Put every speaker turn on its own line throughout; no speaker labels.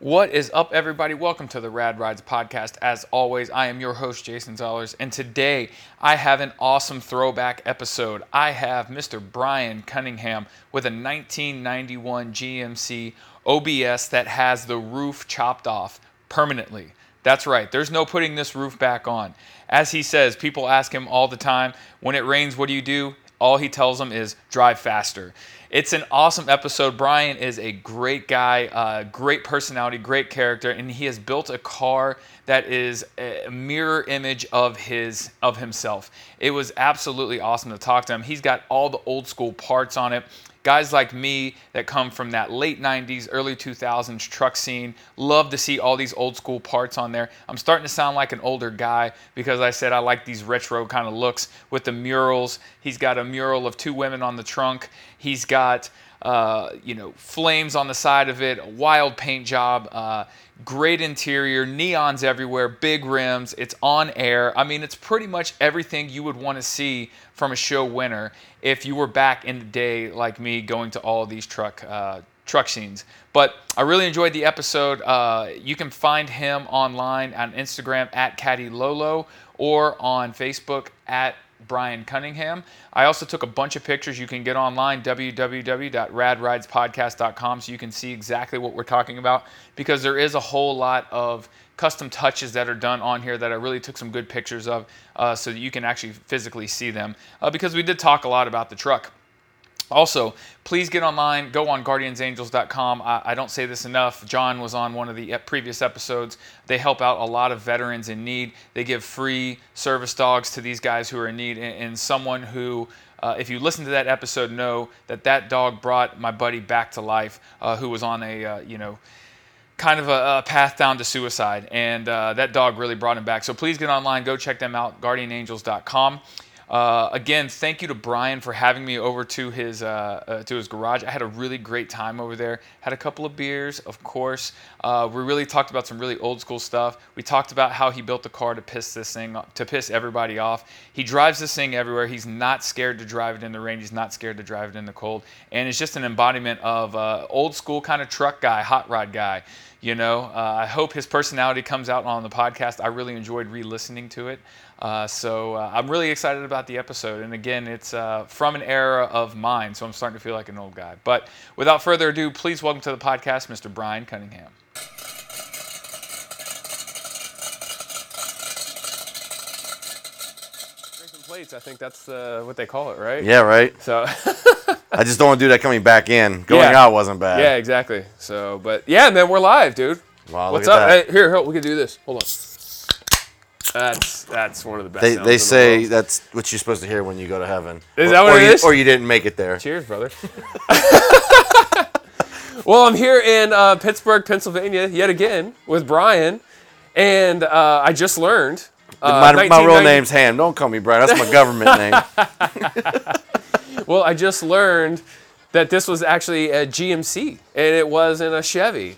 What is up, everybody? Welcome to the Rad Rides podcast. As always, I am your host, Jason Zollers, and today I have an awesome throwback episode. I have Mr. Brian Cunningham with a 1991 GMC OBS that has the roof chopped off permanently. That's right, there's no putting this roof back on. As he says, people ask him all the time, when it rains, what do you do? All he tells them is drive faster. It's an awesome episode. Brian is a great guy, uh, great personality, great character, and he has built a car that is a mirror image of his of himself. It was absolutely awesome to talk to him. He's got all the old school parts on it. Guys like me that come from that late 90s, early 2000s truck scene love to see all these old school parts on there. I'm starting to sound like an older guy because I said I like these retro kind of looks with the murals. He's got a mural of two women on the trunk. He's got uh, you know flames on the side of it, a wild paint job, uh, great interior, neons everywhere, big rims. It's on air. I mean, it's pretty much everything you would want to see from a show winner if you were back in the day like me going to all these truck uh, truck scenes. But I really enjoyed the episode. Uh, you can find him online on Instagram at Caddy Lolo or on Facebook at Brian Cunningham. I also took a bunch of pictures you can get online, www.radridespodcast.com, so you can see exactly what we're talking about because there is a whole lot of custom touches that are done on here that I really took some good pictures of uh, so that you can actually physically see them uh, because we did talk a lot about the truck. Also, please get online. Go on guardiansangels.com. I, I don't say this enough. John was on one of the ep- previous episodes. They help out a lot of veterans in need. They give free service dogs to these guys who are in need. And, and someone who, uh, if you listen to that episode, know that that dog brought my buddy back to life, uh, who was on a, uh, you know, kind of a, a path down to suicide. And uh, that dog really brought him back. So please get online, go check them out, guardianangels.com. Uh, again, thank you to Brian for having me over to his uh, uh, to his garage. I had a really great time over there. Had a couple of beers, of course. Uh, we really talked about some really old school stuff. We talked about how he built the car to piss this thing to piss everybody off. He drives this thing everywhere. He's not scared to drive it in the rain. He's not scared to drive it in the cold. And it's just an embodiment of uh, old school kind of truck guy, hot rod guy. You know, uh, I hope his personality comes out on the podcast. I really enjoyed re-listening to it. Uh, so uh, I'm really excited about the episode. And again, it's uh, from an era of mine, so I'm starting to feel like an old guy. But without further ado, please welcome to the podcast, Mr. Brian Cunningham.
Breaking plates, I think that's uh, what they call it, right?
Yeah, right.
So
I just don't want to do that coming back in. Going
Yeah.
out wasn't bad.
yeah, exactly. So, but yeah, man, we're live, dude.
Wow, look
What's
at
up?
that.
Hey, here, here, we can do this. Hold on. That's that's one of the best.
They,
sounds
they
in the
say
world.
that's what you're supposed to hear when you go to heaven.
Is
or,
that what
or
it
you,
is?
Or you didn't make it there.
Cheers, brother. well, I'm here in uh, Pittsburgh, Pennsylvania, yet again with Brian, and uh, I just learned. Uh,
my, my real
1990
name's Ham. Don't call me Brian. That's my government name.
Well, I just learned that this was actually a GMC, and it wasn't a Chevy.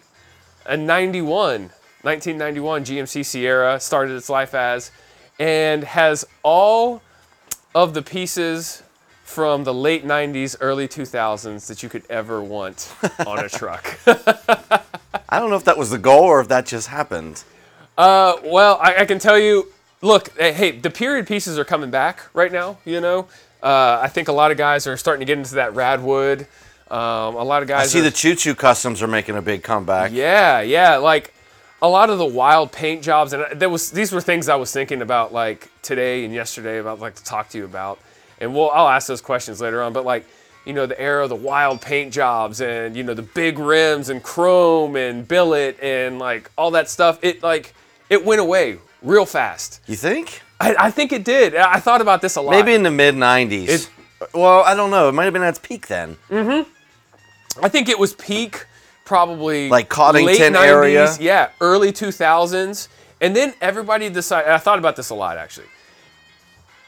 A 91, 1991 GMC Sierra started its life as, and has all of the pieces from the late 90s, early 2000s that you could ever want on a truck.
I don't know if that was the goal or if that just happened.
Uh, well, I, I can tell you. Look, eh, hey, the period pieces are coming back right now. You know, uh, I think a lot of guys are starting to get into that radwood. Um, a lot of guys
I see
are-
the Choo Choo Customs are making a big comeback.
Yeah, yeah. Like a lot of the wild paint jobs, and I- there was these were things I was thinking about like today and yesterday about like to talk to you about, and we'll I'll ask those questions later on. But like you know the era of the wild paint jobs and you know the big rims and chrome and billet and like all that stuff. It like it went away real fast.
You think?
I, I think it did. I I thought about this a lot.
Maybe in the mid 90s.
It-
well, I don't know. It might have been at its peak then.
I think it was peak probably
Like
late
Coddington
90s,
area?
Yeah, early 2000s. And then everybody decided, I thought about this a lot actually.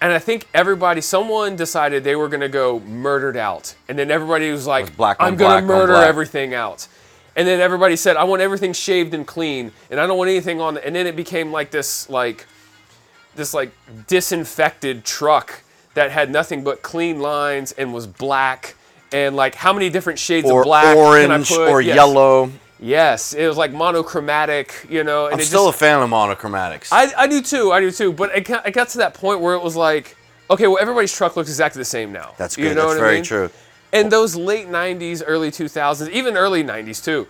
And I think everybody, someone decided they were going to go murdered out. And then everybody was like,
With black on
I'm going
black
to
on
murder
black.
everything out. And then everybody said, I want everything shaved and clean. And I don't want anything on. And then it became like this, like, this like disinfected truck that had nothing but clean lines and was black and like how many different shades
Or
of black can I
orange
put?
or
Yes.
yellow.
Yes, it was like monochromatic, you know. And
I'm
it
still
just,
a fan of monochromatics.
I, I do too. I do too. But it got, it got to that point where it was like, okay, well, everybody's truck looks exactly the same now.
That's
You
good.
know
That's
what I
very
mean?
true.
And those late '90s, early 2000s, even early '90s too.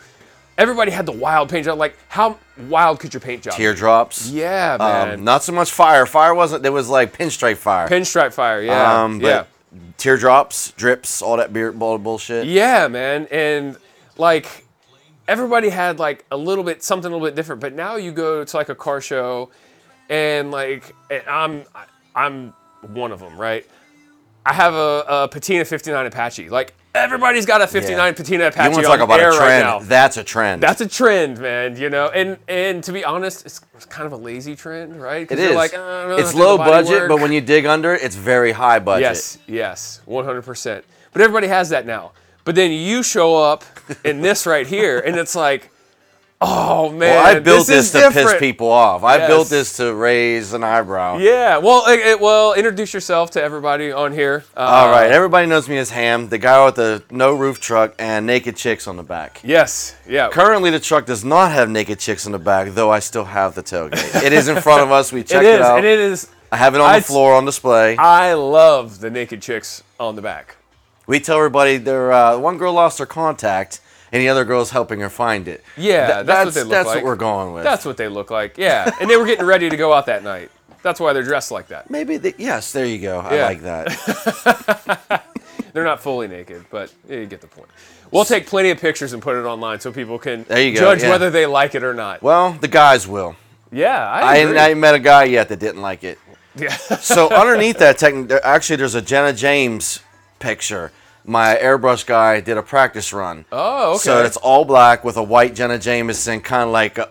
Everybody had the wild paint job. Like, how wild could your paint job? be?
Teardrops.
Yeah, man.
Um, not so much fire. Fire wasn't. There was like pinstripe fire.
Pinstripe fire. Yeah.
Um,
yeah.
but teardrops, drips, all that beer bull bullshit.
Yeah, man. And like everybody had like a little bit something a little bit different, but now you go to like a car show and like and I'm I'm one of them, right? I have a, a Patina 59 Apache. Like everybody's got a 59
Yeah.
Patina
You
Apache
want to
on
talk about
air
a
right
trend?
now.
That's a trend.
That's a trend, man. You know, and and to be honest, it's, it's kind of a lazy trend, right? 'Cause
it
you're
is.
Like, "Uh, I really don't have to
it's
do
low
body
budget,
work."
but when you dig under it, it's very high budget.
Yes, yes, 100%. But everybody has that now. But then you show up in this right here, and it's like, oh man,
Well, I
this,
built this,
is
to
different.
piss people off. I built
Yes.
this to raise an eyebrow.
Yeah, well, it, it- well, introduce yourself to everybody on here. Uh,
All right, everybody knows me as Ham, the guy with the no roof truck and naked chicks on the back.
Yes, yeah.
Currently, the truck does not have naked chicks in the back, though I still have the tailgate. it is in front of us. We
it
checked it,
is,
out.
and it is.
I have it on
I-
the floor on display.
I love the naked chicks on the back.
we tell everybody their uh, one girl lost her contact, and the other girl's helping her find it.
Yeah,
Th-
Uh, that's what they look
that's
like.
what we're going with.
That's what they look like. Yeah, and they were getting ready to go out that night. That's why they're dressed like that.
Maybe the, yes, there you go. I
Yeah.
like that.
They're not fully naked, but you get the point. We'll take plenty of pictures and put it online so people can
There you go,
judge
yeah.
whether they like it or not.
Well, the guys will.
yeah, I
I,
agree.
I ain't met a guy yet that didn't like it.
yeah.
so underneath that, techni- there, actually, there's a Jenna James picture. My airbrush guy did a practice run.
Oh, okay.
So it's all black with a white Jenna Jameson, kind of like a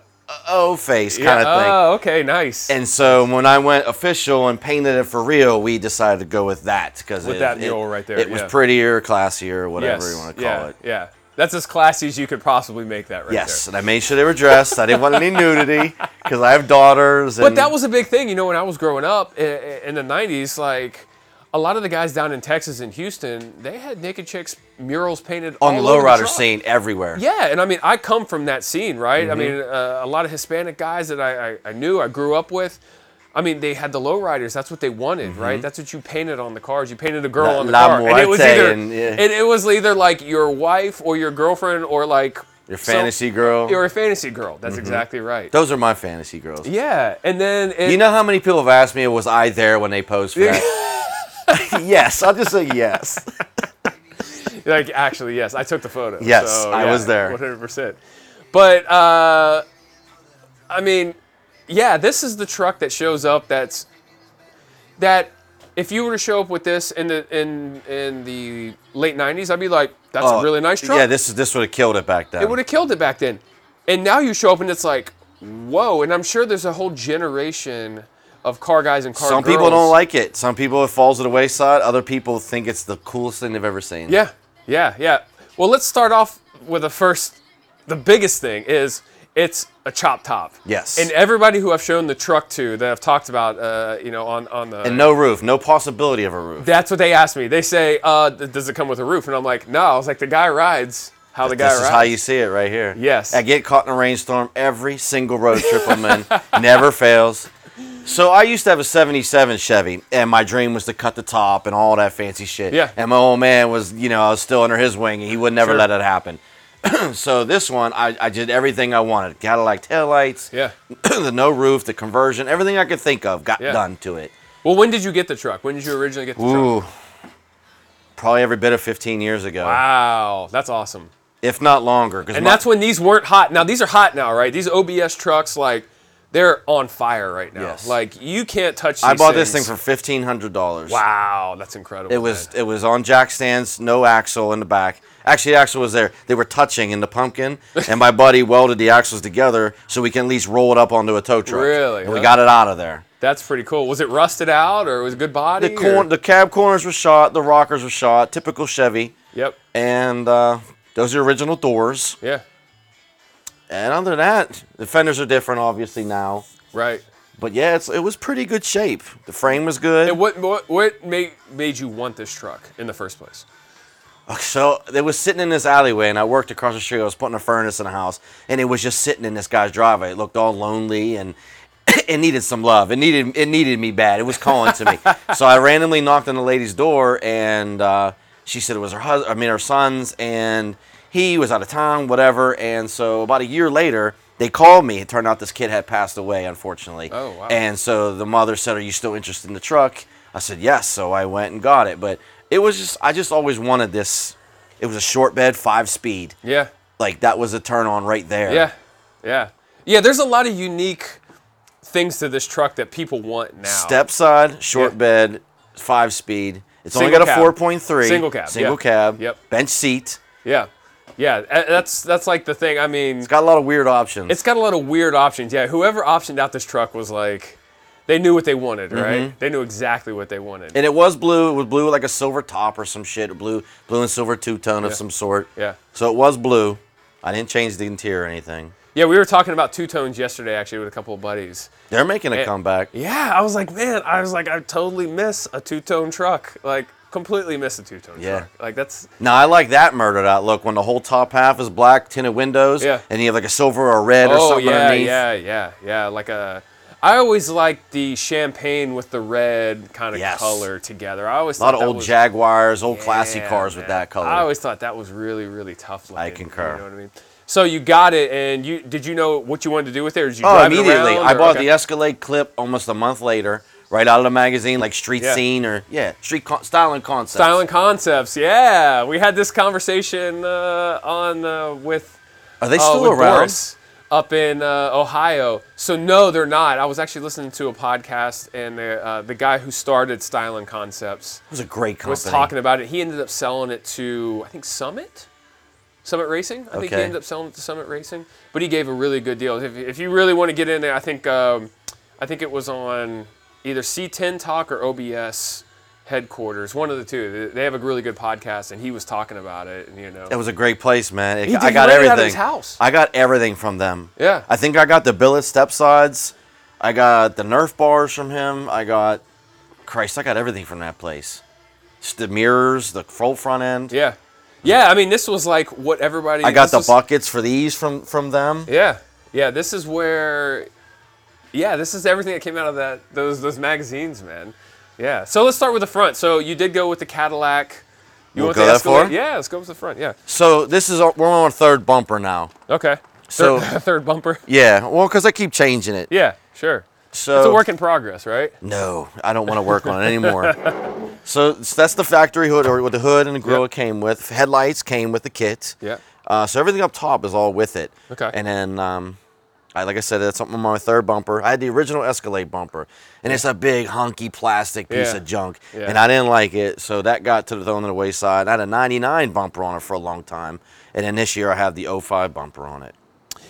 O face kind of thing.
Oh, okay, nice.
And so when I went official and painted it for real, we decided to go with that because
With that mural right there,
it was
yeah.
prettier, classier, whatever
yes.
you want to call
yeah,
it.
Yeah. That's as classy as you could possibly make that right
Yes,
there.
and I made sure they were dressed. I didn't want any nudity because I have daughters.
But
and-
that was a big thing, you know, when I was growing up i- i- in the 90s, like a lot of the guys down in Texas and Houston, they had naked chicks murals painted
on the
all over
lowrider
truck.
scene everywhere.
Yeah, and I mean, I come from that scene, right? I mean,
Mm-hmm.
uh, a lot of Hispanic guys that I, I, I knew, I grew up with. I mean, they had the lowriders. That's what they wanted, right? That's what you painted on the cars. You painted a girl
Mm-hmm. La-
on the car,
La
and it was
Muerte
either
and, yeah.
and it was either like your wife or your girlfriend or like
Your
some-
fantasy Mm-hmm. girl.
You're a fantasy girl. That's exactly right.
Those are my fantasy girls.
yeah, and then it,
You know how many people have asked me, was I there when they posed for that? yes, I'll just say yes.
like actually yes i took the photo
Yes, I was there.
100% but uh, i mean yeah this is the truck that shows up that's that if you were to show up with this in the in in the late 90s i'd be like that's a really nice truck
Oh, Yeah, this this would have killed it back then.
it would have killed it back then and now you show up and it's like whoa and i'm sure there's a whole generation of car guys and car
Some
girls.
people don't like it. Some people it falls to the wayside. Other people think it's the coolest thing they've ever seen.
Yeah, yeah, yeah. Well, let's start off with the first, the biggest thing is it's a chop top.
Yes.
And everybody who I've shown the truck to that I've talked about, uh, you know, on on the.
And no roof, no possibility of a roof.
that's what they asked me. They say, uh, th- "Does it come with a roof?" And I'm like, "No." I was like, "The guy rides how the guy
this is
rides."
how you see it right here.
Yes.
I get caught in a rainstorm every single road trip I'm in. Never fails. So I used to have a 77 Chevy, and my dream was to cut the top and all that fancy shit.
Yeah.
And my old man was, you know, I was still under his wing, and he would never
Sure.
let it happen. so this one, I, I did everything I wanted. Cadillac taillights,
yeah.
the no roof, the conversion, everything I could think of got
Yeah.
done to it.
Well, when did you get the truck? When did you originally get the truck?
Ooh. Probably every bit of 15 years ago,
Wow, that's awesome.
if not longer. 'cause
And
my-
that's when these weren't hot. Now these are hot now, right? These OBS trucks, like, they're on fire right now.
Yes.
Like you can't touch. These
I bought this thing
things.
for fifteen hundred dollars.
Wow, that's incredible.
It was it was on jack stands, no axle in the back. Actually, the axle was there. They were touching in the pumpkin, and my buddy welded the axles together so we can at least roll it up onto a tow truck.
Really,
And we
huh?
got it out of there.
That's pretty cool. Was it rusted out or was it good body?
The
or-
cor- the cab corners were shot, the rockers were shot, typical Chevy.
Yep.
And uh, those are original doors.
Yeah.
And other than that, the fenders are different, obviously now.
Right.
But yeah, it's, it was pretty good shape. The frame was good.
And what what what made made you want this truck in the first place?
So it was sitting in this alleyway, and I worked across the street. I was putting a furnace in a house, and it was just sitting in this guy's driveway. It looked all lonely, and it needed some love. It needed it needed me bad. It was calling to me. so I randomly knocked on the lady's door, and uh, she said it was her husband. I mean, her son's, and he was out of town, whatever. And so about a year later, they called me. It turned out this kid had passed away, unfortunately.
Oh, wow.
And so the mother said, "Are you still interested in the truck?" I said, "Yes." So I went and got it, but it was just I just always wanted this. It was a short bed, five speed.
Yeah.
Like that was a turn on right there.
Yeah. Yeah. Yeah, there's a lot of unique things to this truck that people want now.
Step side, short
Yeah.
bed, five speed. It's only
Single
got a
cab.
four point three.
Single cab,
Single
yeah.
cab.
Yep.
Bench seat.
Yeah. Yeah, a- that's that's like the thing. I mean,
It's got a lot of weird options.
it's got a lot of weird options. Yeah, whoever optioned out this truck was like they knew what they wanted, right? They knew exactly what they wanted.
Mm-hmm. and it was blue. It was blue with like a silver top or some shit. Blue, blue and silver two tone of some sort.
Yeah.
So it was blue. I didn't change the interior or anything.
Yeah, we were talking about two tones yesterday actually with a couple of buddies.
They're making a comeback.
Yeah, I was like, man, I was like, I totally miss a two tone truck. Like, completely miss a two tone
Yeah.
truck. Like, that's,
Now I like that murdered out look when the whole top half is black tinted windows.
Yeah.
And you have like a silver or a red or
oh,
something
yeah,
underneath.
yeah, yeah, yeah. Like, a, I always liked the champagne with the red kind of
Yes.
color together. I always
A lot
thought
of
that
old
was-
Jaguars, old classy
Yeah,
cars with
man.
that color.
I always thought that was really, really tough looking.
concur.
You know what I mean? So you got it, and you did you know what you wanted to do with it? Or did you
Oh,
drive it
immediately.
around,
I
or-
bought
okay.
the Escalade clip almost a month later, right out of the magazine, like Street
Yeah.
Scene or yeah, Street con- Style and Concept.
Style and Concepts. Yeah, we had this conversation uh, on uh, with
Are they
uh,
still
with
around?
Boris up in uh, Ohio. So no, they're not. I was actually listening to a podcast, and the uh, the guy who started Style and Concepts
It was a great company.
was talking about it. He ended up selling it to I think Summit, Summit Racing. I think he
Okay.
ended up selling it to Summit Racing, but he gave a really good deal. If, if you really want to get in there, I think um, I think it was on either C10 Talk or OBS headquarters, one of the two. They- They have a really good podcast, and he was talking about it. And you know,
It was a great place, man. It-
He did
I got
great out of
everything.
his house.
I got everything from them.
Yeah.
I think I got the billet step sides. I got the Nerf bars from him. I got, Christ, I got everything from that place. Just the mirrors, the full front end.
yeah, yeah. I mean, this was like what everybody.
I got
this
the
was-
buckets for these from from them.
Yeah, yeah. This is where, yeah, this is everything that came out of that those those magazines, man. Yeah. So let's start with the front. So you did go with the Cadillac. You
We'll
want
go
the
that far?
Escalade? Yeah, let's go with the front. Yeah.
So this is our, we're on our third bumper now.
Okay.
So-
third, third bumper.
Yeah, well, because I keep changing it.
Yeah, sure.
So
It's a work in progress, right?
No, I don't want to work on it anymore. so, s- that's the factory hood or with the hood and the grill
Yep.
it came with. Headlights came with the kit.
Yeah.
Uh, so everything up top is all with it.
Okay.
And then, um, I, like I said, that's something on my third bumper. I had the original Escalade bumper, and it's a big hunky plastic piece
Yeah.
of junk,
Yeah.
and I didn't like it, so that got to the thrown to the wayside. I had a '99 bumper on it for a long time, and then this year I have the 05 bumper on it.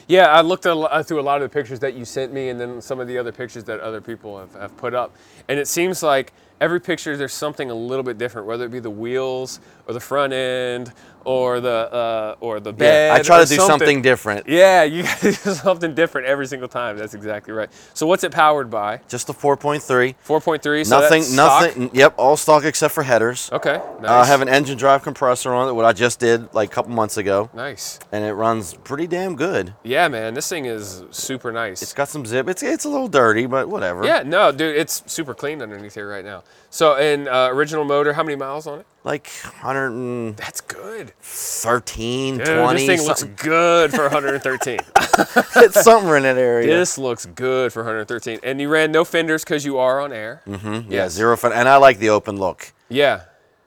Yeah, I looked a lo- uh, through a lot of the pictures that you sent me, and then some of the other pictures that other people have, have put up. And it seems like every picture there's something a little bit different, whether it be the wheels or the front end or the uh, or the bed.
Yeah, I try
or
to do something different.
Yeah, you got to do something different every single time. That's exactly right. So what's it powered by?
Just the 4.3.
4.3. So
nothing,
that's stock?
nothing. Yep, all stock except for headers. Uh,
Okay. Nice.
I have an engine drive compressor on it, what I just did like a couple months ago,
nice.
and it runs pretty damn good.
Yeah, man, this thing is super nice.
It's got some zip. It's it's a little dirty, but whatever.
yeah, no, dude, it's super clean underneath here right now. So, and uh, original motor, how many miles on it?
Like 113,
That's good.
20.
this thing looks
something,
good for 113.
it's somewhere in that area.
this looks good for 113. And you ran no fenders because you are on air. Mm-hmm.
yeah, zero fun. And I like the open look.
Yeah.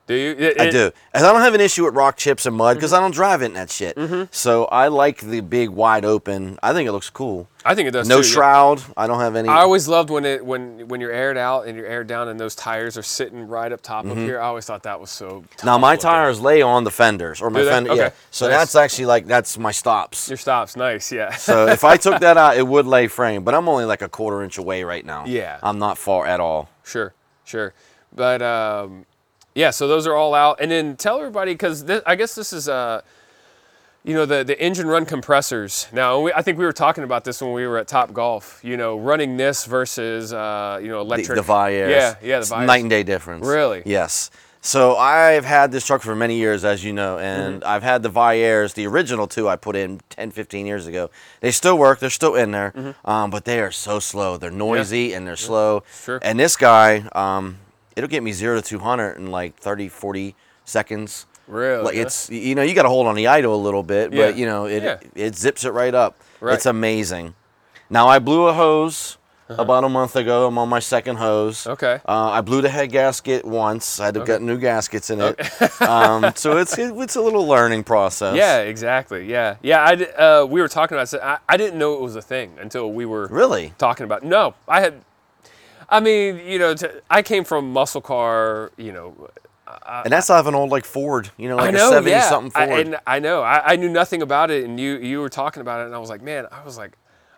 Do you? It- Mm-hmm.
I
it-
do. And I don't have an issue with rock chips and mud because I don't drive it in that shit.
Mm-hmm.
So I like the big wide open. I think it looks cool.
I think it does.
No
too, yeah.
shroud. I don't have any.
I always loved when it when when you're aired out and you're aired down and those tires are sitting right up top of here. I always thought that was so.
Mm-hmm. now
tough
my
looking.
tires lay on the fenders or my
Do they?
fender. Yeah.
Okay.
So
Nice.
that's actually like that's my stops.
Your stops, nice, yeah.
So if I took that out, it would lay frame, but I'm only like a quarter inch away right now.
Yeah.
I'm not far at all.
Sure, sure. But um, yeah, so those are all out. And then tell everybody because I guess this is uh, you know, the the engine run compressors. Now we, I think we were talking about this when we were at Top Golf. You know, running this versus uh, you know
The,
electric
the Viairs.
Yeah, yeah, the
It's
Viairs.
Night and day difference.
Really?
Yes. So I've had this truck for many years, as you know,
Mm-hmm.
and I've had the Viers, the original two I put in 10, 15 years ago. They still work. They're still in there,
Mm-hmm.
um, but they are so slow. They're noisy and they're slow.
Sure.
And this guy, um, it'll get me zero to 200 in like 30, 40 seconds.
Really?
Like it's you know you got to hold on the idle a little bit,
Yeah.
but you know it
Yeah.
it zips it right up.
Right.
It's amazing. Now I blew a hose about a month ago. I'm on my second hose.
Uh-huh. Okay.
Uh, I blew the head gasket once. I had to get new gaskets in it. um, so it's it, it's a little learning process.
Yeah, exactly. Yeah, yeah. I d- uh, we were talking about. I, I didn't know it was a thing until we were
Really?
talking about. No, I had. I mean, you know, t- I came from muscle car. You know,
and that's out of an old like Ford, you know, like
Uh, I know.
a 70
yeah.
something
I,
Ford.
and I know. I, I knew nothing about it, and you you were talking about it, and I was like, man, I was like,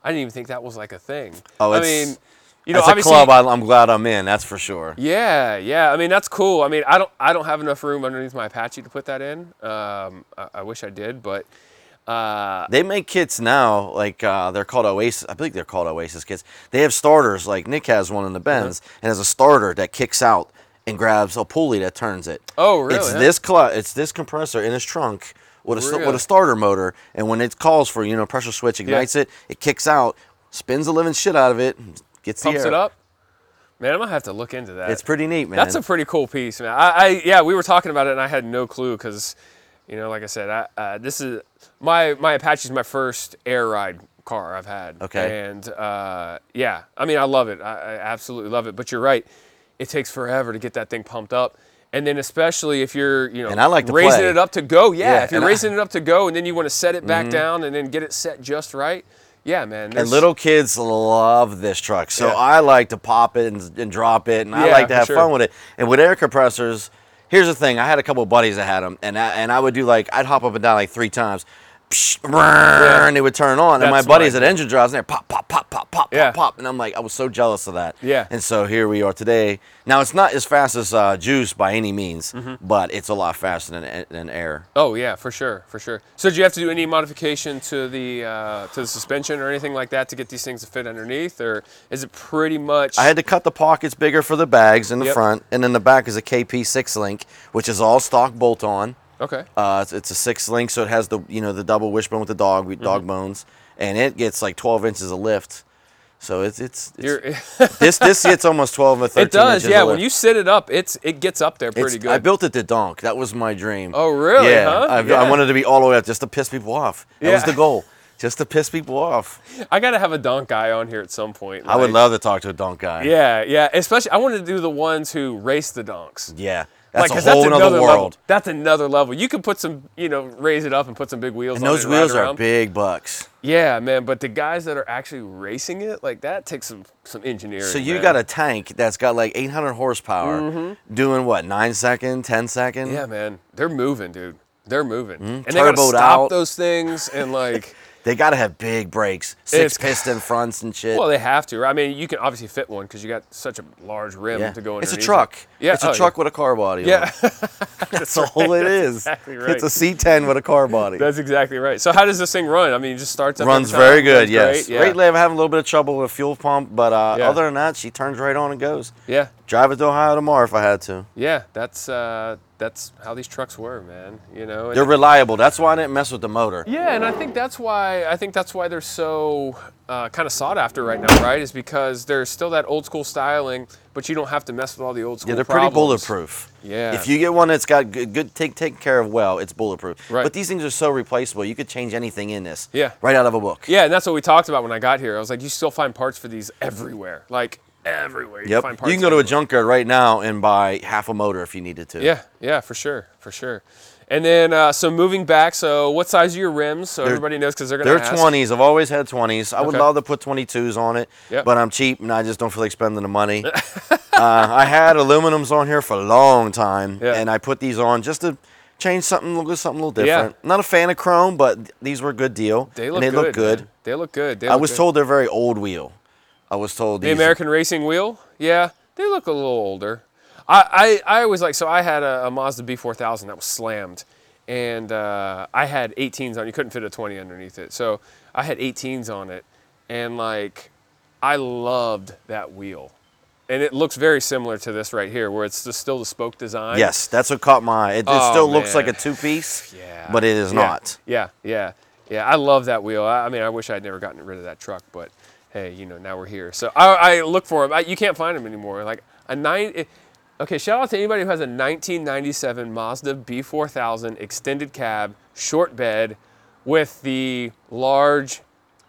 I didn't even think that was like a thing.
Oh,
I
it's-
mean, you know,
that's a
obviously.
club I, I'm glad I'm in. That's for sure.
Yeah, yeah. I mean, that's cool. I mean, I don't, I don't have enough room underneath my Apache to put that in. Um, I, I wish I did, but uh,
They make kits now, like uh, they're called Oasis. I believe they're called Oasis kits. They have starters, like Nick has one in the Benz, and has a starter that kicks out and grabs a pulley that turns it.
Oh, really?
It's
Huh?
this clutch. It's this compressor in his trunk with a s- with
Really?
a starter motor, and when it calls for you know pressure switch ignites it, it kicks out, spins the living shit out of it, gets
pumps
the air.
it up. Man, I'm gonna have to look into that.
It's pretty neat, man.
That's a pretty cool piece, man. I, I yeah, we were talking about it, and I had no clue because, you know, like I said, I, uh, this is my my Apache's my first air ride car I've had.
Okay.
And uh, yeah, I mean, I love it. I, I absolutely love it. But you're right, it takes forever to get that thing pumped up. And then, especially if you're, you know,
And I like to
raising
play.
it up to go. Yeah,
Yeah,
if you're
and I- Mm-hmm.
raising it up to go, and then you want to set it back down, and then get it set just right. Yeah, man.
and
there's-
little kids love this truck. So
Yeah.
I like to pop it and, and drop it, and I
Yeah,
like to
for
have
sure.
fun with it. And with air compressors, here's the thing: I had a couple of buddies that had them, and I, and I would do like I'd hop up and down like three times, psh, brrrr, and they would turn on. and my
That's
buddies
mine.
at engine drives, and they're pop, pop, pop, pop, pop,
Yeah.
pop, pop, and I'm like, I was so jealous of that.
Yeah.
And so here we are today. Now it's not as fast as uh, juice by any means,
Mm-hmm.
but it's a lot faster than, than air.
Oh yeah, for sure, for sure. So did you have to do any modification to the uh, to the suspension or anything like that to get these things to fit underneath, or is it pretty much?
I had to cut the pockets bigger for the bags in the
Yep.
front, and then the back is a KP six link, which is all stock bolt on.
okay.
Uh, it's, it's a six link, so it has the you know the double wishbone with the dog with
Mm-hmm.
dog bones, and it gets like 12 inches of lift. So it's it's, it's-
You're,
this this gets almost 12 or 13.
it does,
inches
yeah.
of
When
lift.
you sit it up, it's it gets up there pretty
It's-
good.
I built it to donk. That was my dream.
Oh, really,
Yeah.
huh?
I,
Yeah.
I wanted to be all the way up just to piss people off. That was
Yeah.
the goal, just to piss people off.
I gotta have a dunk guy on here at some point.
I would
like-
love to talk to a donk guy.
Yeah, yeah. Especially, I want to do the ones who race the donks.
Yeah. That's
Like,
a
'cause
whole nother
another level.
world.
That's another level. You can put some, you know, raise it up and put some big wheels.
And
on
those
it ride
wheels are
around.
big bucks.
Yeah, man. But the guys that are actually racing it, like that, takes some some engineering.
So you
man.
got a tank that's got like 800 horsepower, doing what nine second, ten second?
Mm-hmm. Yeah, man, they're moving, dude. They're moving, and they gotta
Hmm? turboed
stop
out.
those things and like.
They gotta have big brakes, six
It's-
piston fronts and shit.
Well, they have to. right? I mean, you can obviously fit one because you got such a large rim
yeah.
to go
it's
underneath.
a
it.
truck.
Yeah,
it's a
oh,
truck with a car body.
Yeah,
on it. that's all it is.
exactly
It's a
right.
C10 with a car body.
that's exactly right. So how does this thing run? I mean, it just starts up.
Runs
every time,
very good.
runs
yes.
great,
Lately, I'm having a little bit of trouble with fuel pump, but uh,
Yeah.
other than that, she turns right on and goes.
Yeah,
Drive it to Ohio tomorrow if I had to.
yeah. That's uh, that's how these trucks were, man. You know. and-
They're reliable. That's why I didn't mess with the motor.
Yeah, and I think that's why I think that's why they're so uh, kind of sought after right now, right? Is because there's still that old school styling, but you don't have to mess with all the old school.
Yeah, they're pretty
problems.
bulletproof.
Yeah.
If you get one that's got good, good take taken care of well, it's bulletproof.
Right.
But these things are so replaceable. You could change anything in this.
Yeah.
Right out of a book.
Yeah, and that's what we talked about when I got here. I was like, you still find parts for these everywhere, like everywhere. You
Yep.
find parts
You can go to
everywhere.
a junkyard right now and buy half a motor if you needed to.
Yeah, yeah, for sure, for sure. And then uh, so moving back, so what size are your rims? So everybody knows because they're gonna.
They're
ask.
20s. I've always had 20s. I would
Okay.
love to put 22s on it,
Yep.
but I'm cheap and I just don't feel like spending the money. uh, I had aluminums on here for a long time,
Yeah.
and I put these on just to change something, look at something a little
Yeah.
different. Not a fan of chrome, but th- these were a good deal.
They look
and they
good.
look good.
man. They look good. They
I
look
was
good.
told they're very old wheel. I was told
the
these-
American Racing Wheel. Yeah, they look a little older. I, I, I always like so I had a, a Mazda B4000 that was slammed, and uh, I had 18s on. You couldn't fit a 20 underneath it, so I had 18s on it, and like I loved that wheel. and it looks very similar to this right here, where it's just still the spoke design.
Yes, that's what caught my eye. It, it
Oh,
still looks like a
man.
two piece,
Yeah.
but it is
Yeah.
not.
Yeah, yeah, yeah. I love that wheel. I, I mean, I wish I'd never gotten rid of that truck, but hey, you know, now we're here. So I, I look for them. I, you can't find them anymore. Like a nine. It, okay, shout out to anybody who has a 1997 Mazda B4000 extended cab, short bed, with the large.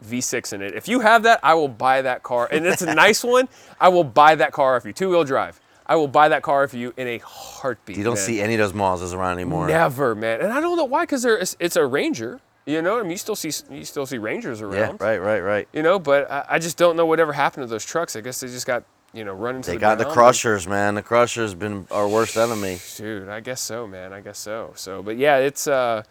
V6 in it. If you have that, I will buy that car. And it's a nice one. I will buy that car if you two wheel drive. I will buy that car if you in a heartbeat.
You don't
man.
see any of those Mazdas around anymore.
Never, man. And I don't know why, because it's, it's a Ranger. You know, I mean, you still see you still see Rangers around.
Yeah, right, right, right.
You know, but I, I just don't know whatever happened to those trucks. I guess they just got you know run into.
They
the
got the
ground.
crushers, man. The crushers been our worst enemy.
Dude, I guess so, man. I guess so. So, but yeah, it's uh,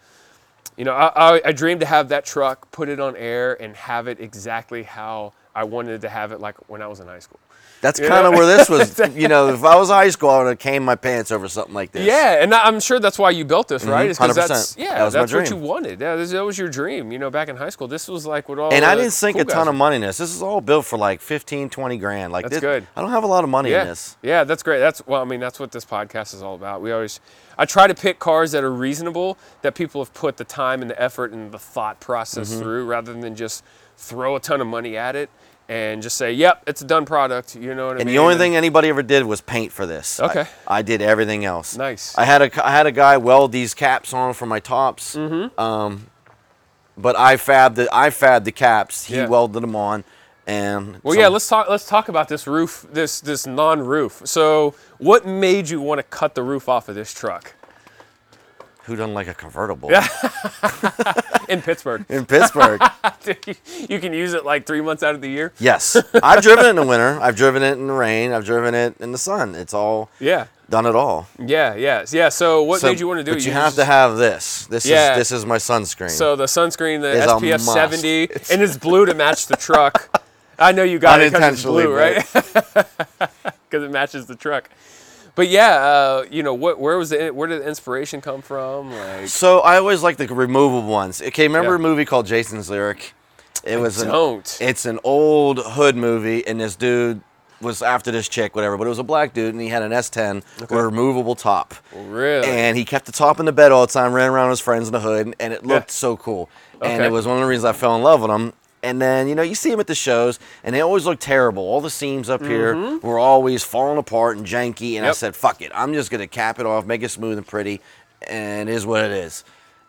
you know, I, I, I dreamed to have that truck, put it on air, and have it exactly how I wanted to have it, like when I was in high school.
That's kind of where this was. You know, if I was in high school, I would have came my pants over something like this.
Yeah, and I- I'm sure that's why you built this, right?
Mhm,
It's 'cause that's
100%.
yeah,
That was my
that's what you
dream.
wanted. Yeah, this, that was your dream. You know, back in high school, this was like what all.
And I
the
didn't sink
cool
a ton
guys
of money in this. This is all built for like 15, 20 grand. Like
That's
this,
good.
I don't have a lot of money
yeah.
in this.
Yeah, that's great. That's well, I mean, that's what this podcast is all about. We always I try to pick cars that are reasonable that people have put the time and the effort and the thought process
Mm-hmm.
through rather than just throw a ton of money at it and just say, "Yep, it's a done product." You know what I
And
mean?
the only thing anybody ever did was paint for this. I-
Okay.
I, did everything else.
Nice.
I had a I had a guy weld these caps on for my tops. Mm-hmm. Um, but I fabbed the I fabbed the caps. He
Yeah.
welded them on, and
Well,
some-
yeah, let's talk. Let's talk about this roof, this this non-roof. So, what made you want to cut the roof off of this truck
Who doesn't like a convertible?
in Pittsburgh?
In Pittsburgh.
you can use it like three months out of the year.
yes. I've driven it in the winter. I've driven it in the rain. I've driven it in the sun. It's all
Yeah,
done it all.
yeah, yeah, yeah. So, what
So-
made you want to do
But
it?
you, have
just-
to have this. This
Yeah.
is this is my sunscreen.
So the sunscreen, the
Is a
SPF
must.
70, and it's blue to match the truck. I know you got it because it's
Unintentionally
blue, right? Because it matches the truck. But yeah, uh, you know what? Where was the where did the inspiration come from? Like,
So I always like the removable ones. Okay, remember
Yeah.
a movie called Jason's Lyric? It was an
don't.
it's an old hood movie, and this dude was after this chick, whatever, but it was a black dude, and he had an S10 with a removable top.
Really?
And he kept the top in the bed all the time, ran around with his friends in the hood, and it looked so cool. And
Okay.
it was one of the reasons I fell in love with him. And then, you know, you see him at the shows, and they always look terrible. All the seams up here were always falling apart and janky.
Mm-hmm.
And I
Yep.
said, fuck it. I'm just going to cap it off, make it smooth and pretty, and it is what it is.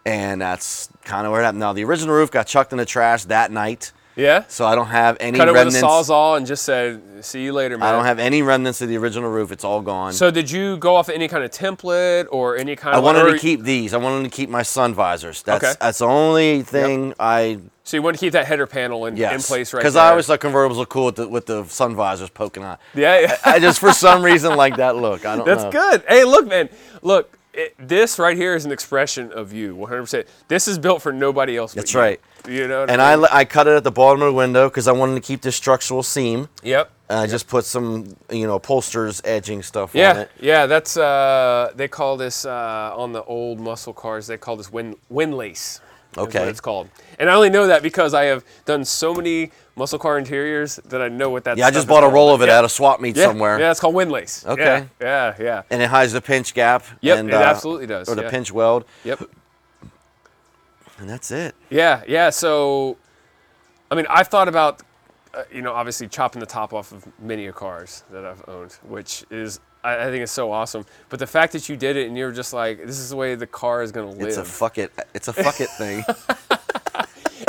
And that's kind of where it happened. Now, the original roof got chucked in the trash that night.
yeah.
So I don't have any
Cut it with a
remnants.
sawzall and just said, "See you later, man."
I don't have any remnants of the original roof. It's all gone.
So did you go off any kind of template or any kind
I
of?
wanted
or-
to keep these. I wanted to keep my sun visors. That's
Okay.
that's the only thing I
So you want to keep that header panel in,
yes.
in place right
Because I always thought convertibles look cool with the, with the sun visors poking out.
Yeah, yeah.
I just for some reason like that look. I don't
That's
know.
good. Hey, look, man. Look, it, this right here is an expression of you, 100%. This is built for nobody else. but
That's
you.
right.
You know. What
And
I,
I,
mean?
le- I cut it at the bottom of the window because I wanted to keep this structural seam.
Yep.
And I just put some, you know, upholsters edging stuff on
Yeah,
it.
yeah. That's uh, they call this uh, on the old muscle cars. They call this wind wind lace. is
Okay.
what it's called. And I only know that because I have done so many muscle car interiors that I know what that.
Yeah, I
stuff
just
is
bought a
called.
roll of it
Yeah.
at a swap meet
yeah.
somewhere.
Yeah, it's called wind lace.
Okay.
Yeah, yeah. yeah.
And it hides the pinch gap.
Yep,
and, uh,
it absolutely does,
Or the
yeah.
pinch weld.
Yep.
And that's it.
Yeah, yeah. So, I mean, I've thought about, uh, you know, obviously chopping the top off of many a cars that I've owned, which is, I, I think, is so awesome. But the fact that you did it and you're just like, this is the way the car is gonna live,
It's a fuck it. It's a fuck it thing.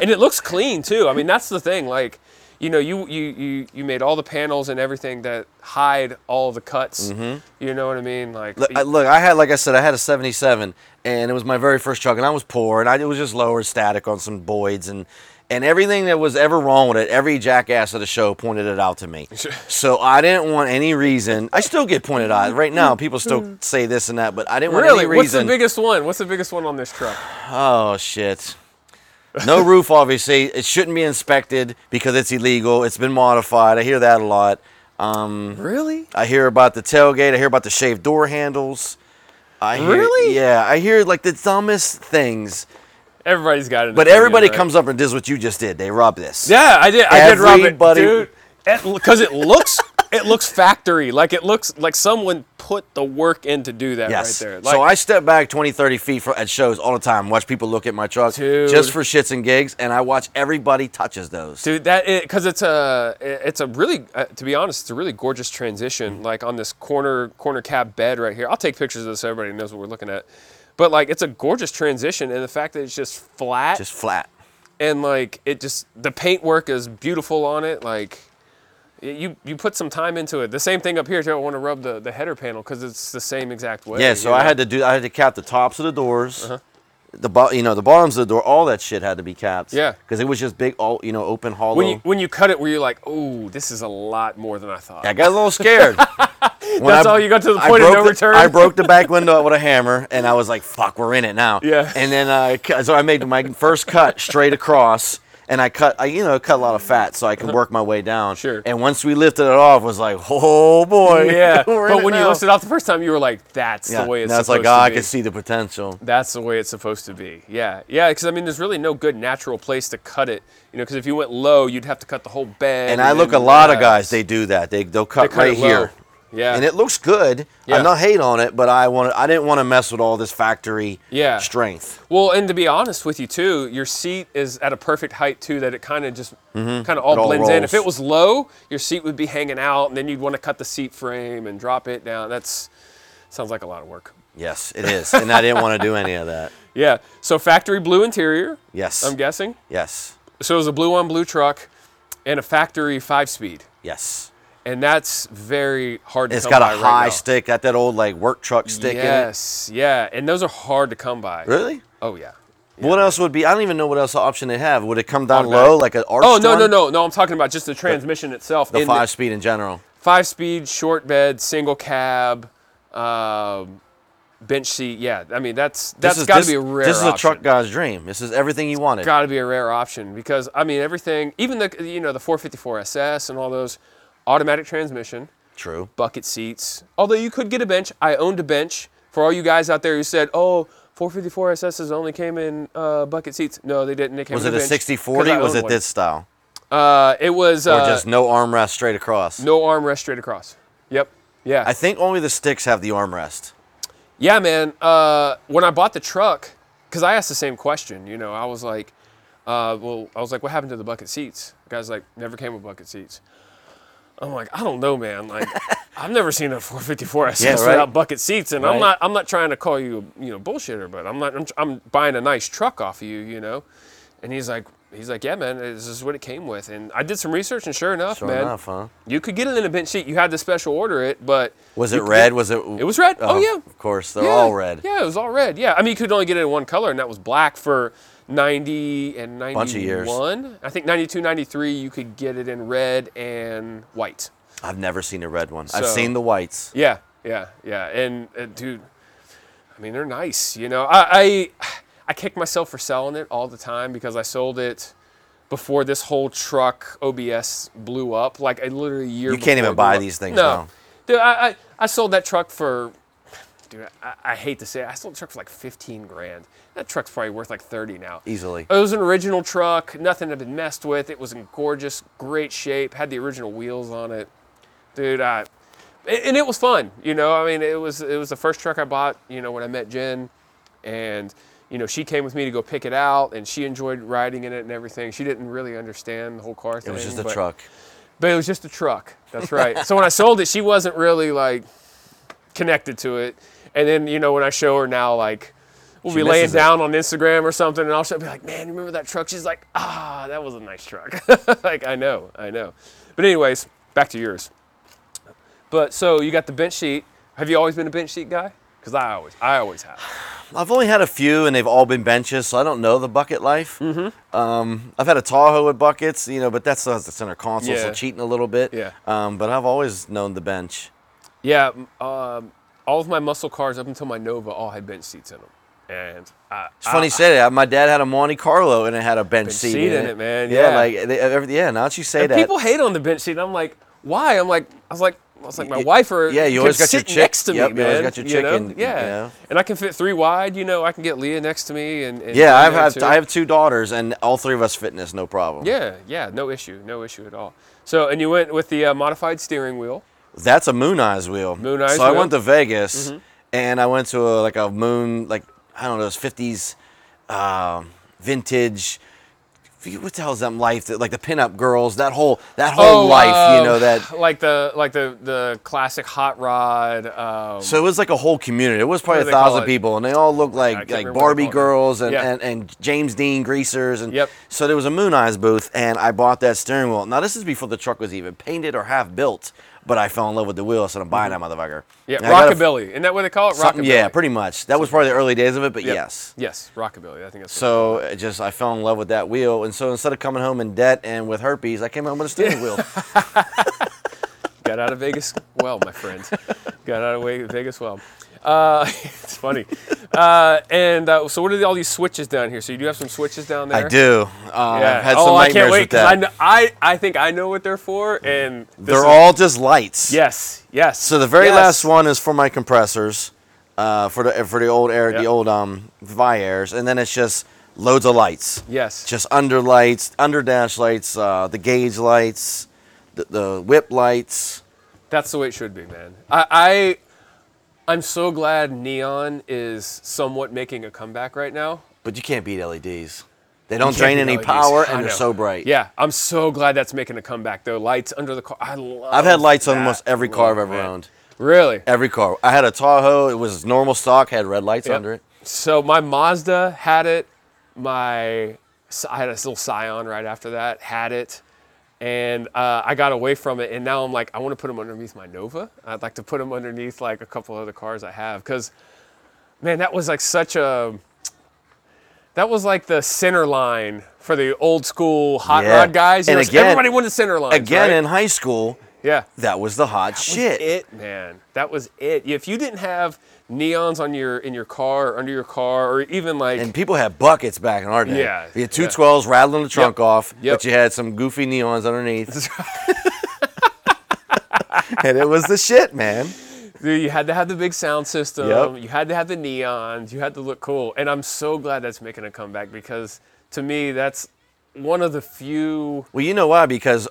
and it looks clean too. I mean, that's the thing. Like, you know, you you you you made all the panels and everything that hide all the cuts.
Mm-hmm.
You know what I mean? Like,
Look I, look, I had, like I said, I had a 77, and it was my very first truck, and I was poor, and I, it was just lower static on some Boyds, and and everything that was ever wrong with it, every jackass at the show pointed it out to me. so I didn't want any reason. I still get pointed out right now. People still say this and that, but I didn't want
really,
any
what's the
reason.
biggest one? What's the biggest one on this truck?
oh shit. No roof, obviously. It shouldn't be inspected because it's illegal. It's been modified. I hear that a lot.
really?
I hear about the tailgate. I hear about the shaved door handles. I hear,
Really?
Yeah, I hear like the dumbest things.
Everybody's got it.
But everybody comes up and does what you just did. They rub this.
Yeah, I did. I did rub it,
Everybody-
dude. Because it looks, it looks factory. Like it looks like someone put the work in to do that
Yes.
right there.
so
Like-
I step back 20, 30 feet for, at shows all the time, watch people look at my truck
Dude.
just for shits and gigs, and I watch everybody touches those.
dude that because it's a it's a really uh, to be honest it's a really gorgeous transition
Mm-hmm.
like on this corner corner cab bed right here i'll take pictures of this so everybody knows what we're looking at but like it's a gorgeous transition and the fact that it's just flat
Just flat.
and like it just the paintwork is beautiful on it like y- you you put some time into it the same thing up here too i want to rub the, the header panel because it's the same exact way
Yeah, so
you Uh-huh.
I
know?
had to do. I had to cap the tops of the doors, the bo- you know the bottoms of the door. All that shit had to be capped.
Yeah.
because it was just big, all you know, open hollow.
when you, when you cut it where you're like oh this is a lot more than i thought
I got a little scared. When
That's
I-
all you got to the
I
point of
broke
no
the-
return?
I broke the back window with a hammer, and I was like, "Fuck, we're in it now."
Yeah.
And then I, cu- so I made my first cut straight across, and I cut, I you know, cut a lot of fat so I could work my way down.
Sure.
And once we lifted it off, it was like, "Oh boy."
yeah
we're in
but
it
when you
now.
lifted off the first time you were like that's
yeah.
the way it's
now it's like,
supposed
oh,
to
I
be.
can see the potential.
That's the way it's supposed to be. Yeah, yeah. Because I mean, there's really no good natural place to cut it. You know, because if you went low, you'd have to cut the whole bed.
And I look a
then-
lot of
yeah.
guys, they do that. They they'll
They
cut
cut
right
it low.
here.
Yeah.
and it looks good.
Yeah.
I'm not hate on it, but I want I didn't want to mess with all this factory
Yeah.
strength.
well, and to be honest with you too, your seat is at a perfect height too, that it kind of just kind of all,
Mm-hmm. It all
blends in. If
rolls.
it was low, your seat would be hanging out, and then you'd want to cut the seat frame and drop it down. That's sounds like a lot of work.
Yes, it is, and I didn't want to do any of that.
Yeah. So factory blue interior.
Yes.
I'm guessing.
Yes,
So it was a blue on blue truck, and a factory five speed.
yes.
and that's very hard to
It's
come
got
by
a
right
high
now.
stick, got that old like work truck stick
yes yeah and those are hard to come by
in it. Really?
oh yeah
What else would be? I don't even know what else option they have. Would it come down
Automatic.
low like an arch?
oh no no
one?
no no i'm talking about just the transmission itself
The
in
five speed in general.
five speed short bed single cab um, bench seat yeah i mean that's that's
is-
got to be a rare
This is a
option.
truck guy's dream. This is everything he wanted.
got to be a rare option because i mean everything even the you know the 454 ss and all those automatic transmission
True.
bucket seats. Although you could get a bench. I owned a bench. For all you guys out there who said, "Oh, 454 SSs only came in uh, bucket seats," no, they didn't. They came
Was
in
it
a
a
bench,
60
'cause
40?
I
Was
owned
it
one.
this style?
Uh, it was
Or
uh,
just no armrest straight across?
no armrest straight across. Yep. Yeah.
I think only the sticks have the armrest.
Yeah, man. Uh, when I bought the truck, because I asked the same question, you know, I was like, uh, well, I was like, what happened to the bucket seats? The guy's like, never came with bucket seats. I'm like, I don't know, man. Like, I've never seen a 454 SS
Yeah, right.
without bucket seats, and I'm
Right.
not, I'm not trying to call you, a, you know, bullshitter, but I'm not, I'm, I'm buying a nice truck off of you, you know. And he's like, he's like, yeah, man, this is what it came with, and I did some research, and sure enough,
Sure
man,
enough, huh?
you could get it in a bench seat. You had to special order it, but
Was
you
it
could
red?
get-
Was it?
It was red. Oh, yeah.
Of course, they're all red.
yeah, it was all red. Yeah, I mean, you could only get it in one color, and that was black for 90 and 91.
Bunch of years.
I think 92, 93, you could get it in red and white.
I've never seen a red one. I've
So-
seen the whites.
Yeah, yeah, yeah. And, uh dude, I mean, they're nice. You know, I, I I kick myself for selling it all the time because I sold it before this whole truck OBS blew up. Like, I literally a year.
You can't
before
even
it
buy
blew up.
these things
No,
now.
dude, I, I I sold that truck for. Dude, I, I hate to say it. I sold the truck for like 15 grand. That truck's probably worth like 30 now.
Easily.
It was an original truck. Nothing had been messed with. It was in gorgeous, great shape. Had the original wheels on it, dude. I, and it was fun. You know, I mean, it was it was the first truck I bought. You know, when I met Jen, and you know, she came with me to go pick it out, and she enjoyed riding in it and everything. She didn't really understand the whole car thing.
It was just a
but-
truck.
but it was just a truck. That's right. so when I sold it, she wasn't really like connected to it. And then you know when I show her now, like we'll
She
be laying
misses it.
down on Instagram or something, and I'll show, be like, "Man, you remember that truck?" She's like, "Ah, that was a nice truck." like I know, I know. But anyways, back to yours. But so you got the bench seat. Have you always been a bench seat guy? Because I always, I always have.
I've only had a few, and they've all been benches, so I don't know the bucket life. Mm-hmm. Um, I've had a Tahoe with buckets, you know, but that's the center console,
Yeah.
so cheating a little bit.
Yeah.
Um, but I've always known the bench.
Yeah, m- um, all of my muscle cars up until my Nova all had bench seats in them, and I,
It's funny you say that. My dad had a Monte Carlo, and it had a bench,
Bench
seat,
seat
in,
in it, man,
Yeah,
yeah.
like they, every, yeah. Now that you say
And
that,
People hate on the bench seat. and I'm like, why? I'm like, I was like, was like, my wife or
yeah, you
could
always got your
sit
chick-
next to me,
yep, you
man.
always got your chick
know?
and-
yeah.
you know.
and I can fit three wide. You know, I can get Leah next to me, and, and
Yeah, I've,
Lena
I've,
too.
I have two daughters, and all three of us fitness, no problem.
yeah, yeah, no issue, no issue at all. So, and you went with the uh, modified steering wheel.
That's a moon eyes wheel.
Moon eyes
So I
wheel. Mm-hmm.
went to Vegas, and I went to a, like a moon, like I don't know, it's fifties, um, vintage. What the hell is that life? That, like the pinup girls, that whole that whole Oh, life,
uh,
you know that.
like the like the the classic hot rod. Um,
So it was like a whole community. It was
do
probably a
they call
thousand
it?
people, and they all looked
can't
like like
remember what they
Barbie
call it.
girls and,
Yeah.
and, and James Dean greasers. And
Yep.
so there was a Moon Eyes booth, and I bought that steering wheel. Now this is before the truck was even painted or half built, but I fell in love with the wheel, so I'm buying that motherfucker.
Mm-hmm. yeah,
And I got a-
rockabilly. Isn't that what they call it?
Something-
Rockabilly.
Yeah, pretty much. That was probably the early days of it, but
Yep.
yes.
Yes, rockabilly. I think that's so.
So it just I fell in love with that wheel, and so instead of coming home in debt and with herpes, I came home with a steering wheel.
Got out of Vegas well, my friend. Got out of Wa- Vegas well. Uh, it's funny. Uh, and uh, so, what are the, all these switches down here? So you do have some switches down there.
I do. Um,
Yeah.
I've had
oh,
some
I
nightmares
can't wait
with that.
I, kn- I I think I know what they're for, and this
They're
is-
all just lights.
yes, yes.
So the very
yes.
last one is for my compressors, uh, for the for the old air,
Yep.
the old um Viairs, and then it's just loads of lights.
Yes.
Just under lights, under dash lights, uh, the gauge lights, the, the whip lights.
That's the way it should be, man. I, I I'm so glad neon is somewhat making a comeback right now.
But you can't beat LEDs. They don't
Can't
drain
beat
any
LEDs.
power,
I
and they're
know.
so bright.
Yeah, I'm so glad that's making a comeback though. Lights under the car. I love.
I've had lights on
that.
almost every car I've
Oh,
ever
man.
owned.
Really?
Every car. I had a Tahoe. It was normal stock. Had red lights
Yep.
under it.
So my Mazda had it. My I had a little Scion right after that had it, and uh, I got away from it. And now I'm like, I want to put them underneath my Nova. I'd like to put them underneath like a couple other cars I have because, man, that was like such a. That was like the center line for the old school hot
Yeah.
rod guys. You
And
know, so
again-
everybody wanted center lines.
Again,
right?
in high school,
yeah.
that was the hot shit.
It man, that was it. If you didn't have neons on your in your car or under your car or even like
And people had buckets back in our day.
Yeah,
You had
yeah.
two twelves rattling the trunk off,
yep.
but you had some goofy neons underneath. and it was the shit, man.
Dude, you had to have the big sound system.
Yep.
You had to have the neons. You had to look cool. And I'm so glad that's making a comeback because to me, that's one of the few.
Well, you know why? Because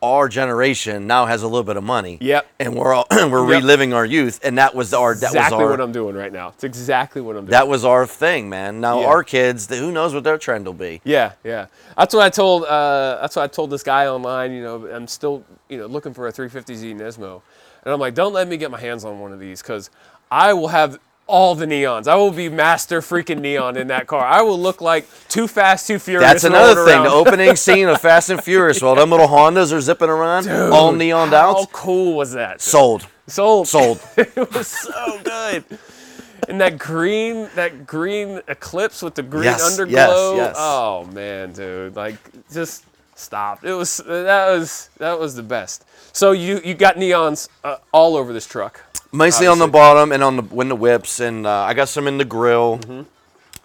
our generation now has a little bit of money.
Yep.
And we're all we're
Yep.
reliving our youth, and that was our that
exactly
was our
what I'm doing right now. It's exactly what I'm doing.
that was our thing, man. Now
Yeah.
our kids, th- who knows what their trend will be?
yeah, yeah. That's what I told. Uh, that's what I told this guy online. You know, I'm still you know looking for a 350Z Nismo, and I'm like, don't let me get my hands on one of these because I will have all the neons. I will be master freaking neon in that car. I will look like too fast, too furious.
That's
rolling
another thing.
around.
The opening scene of Fast and Furious, while them little Hondas are zipping around, all neon
How
out,
cool was that?
sold,
Sold.
sold.
it was so good. And that green, that green eclipse with the green
Yes, yes,
underglow.
yes.
Oh man, dude! Like, just stop. It was that was that was the best. So you you got neons uh, all over this truck.
Mostly on the bottom and on the when the whips, and uh, I got some in the grill.
Mm-hmm.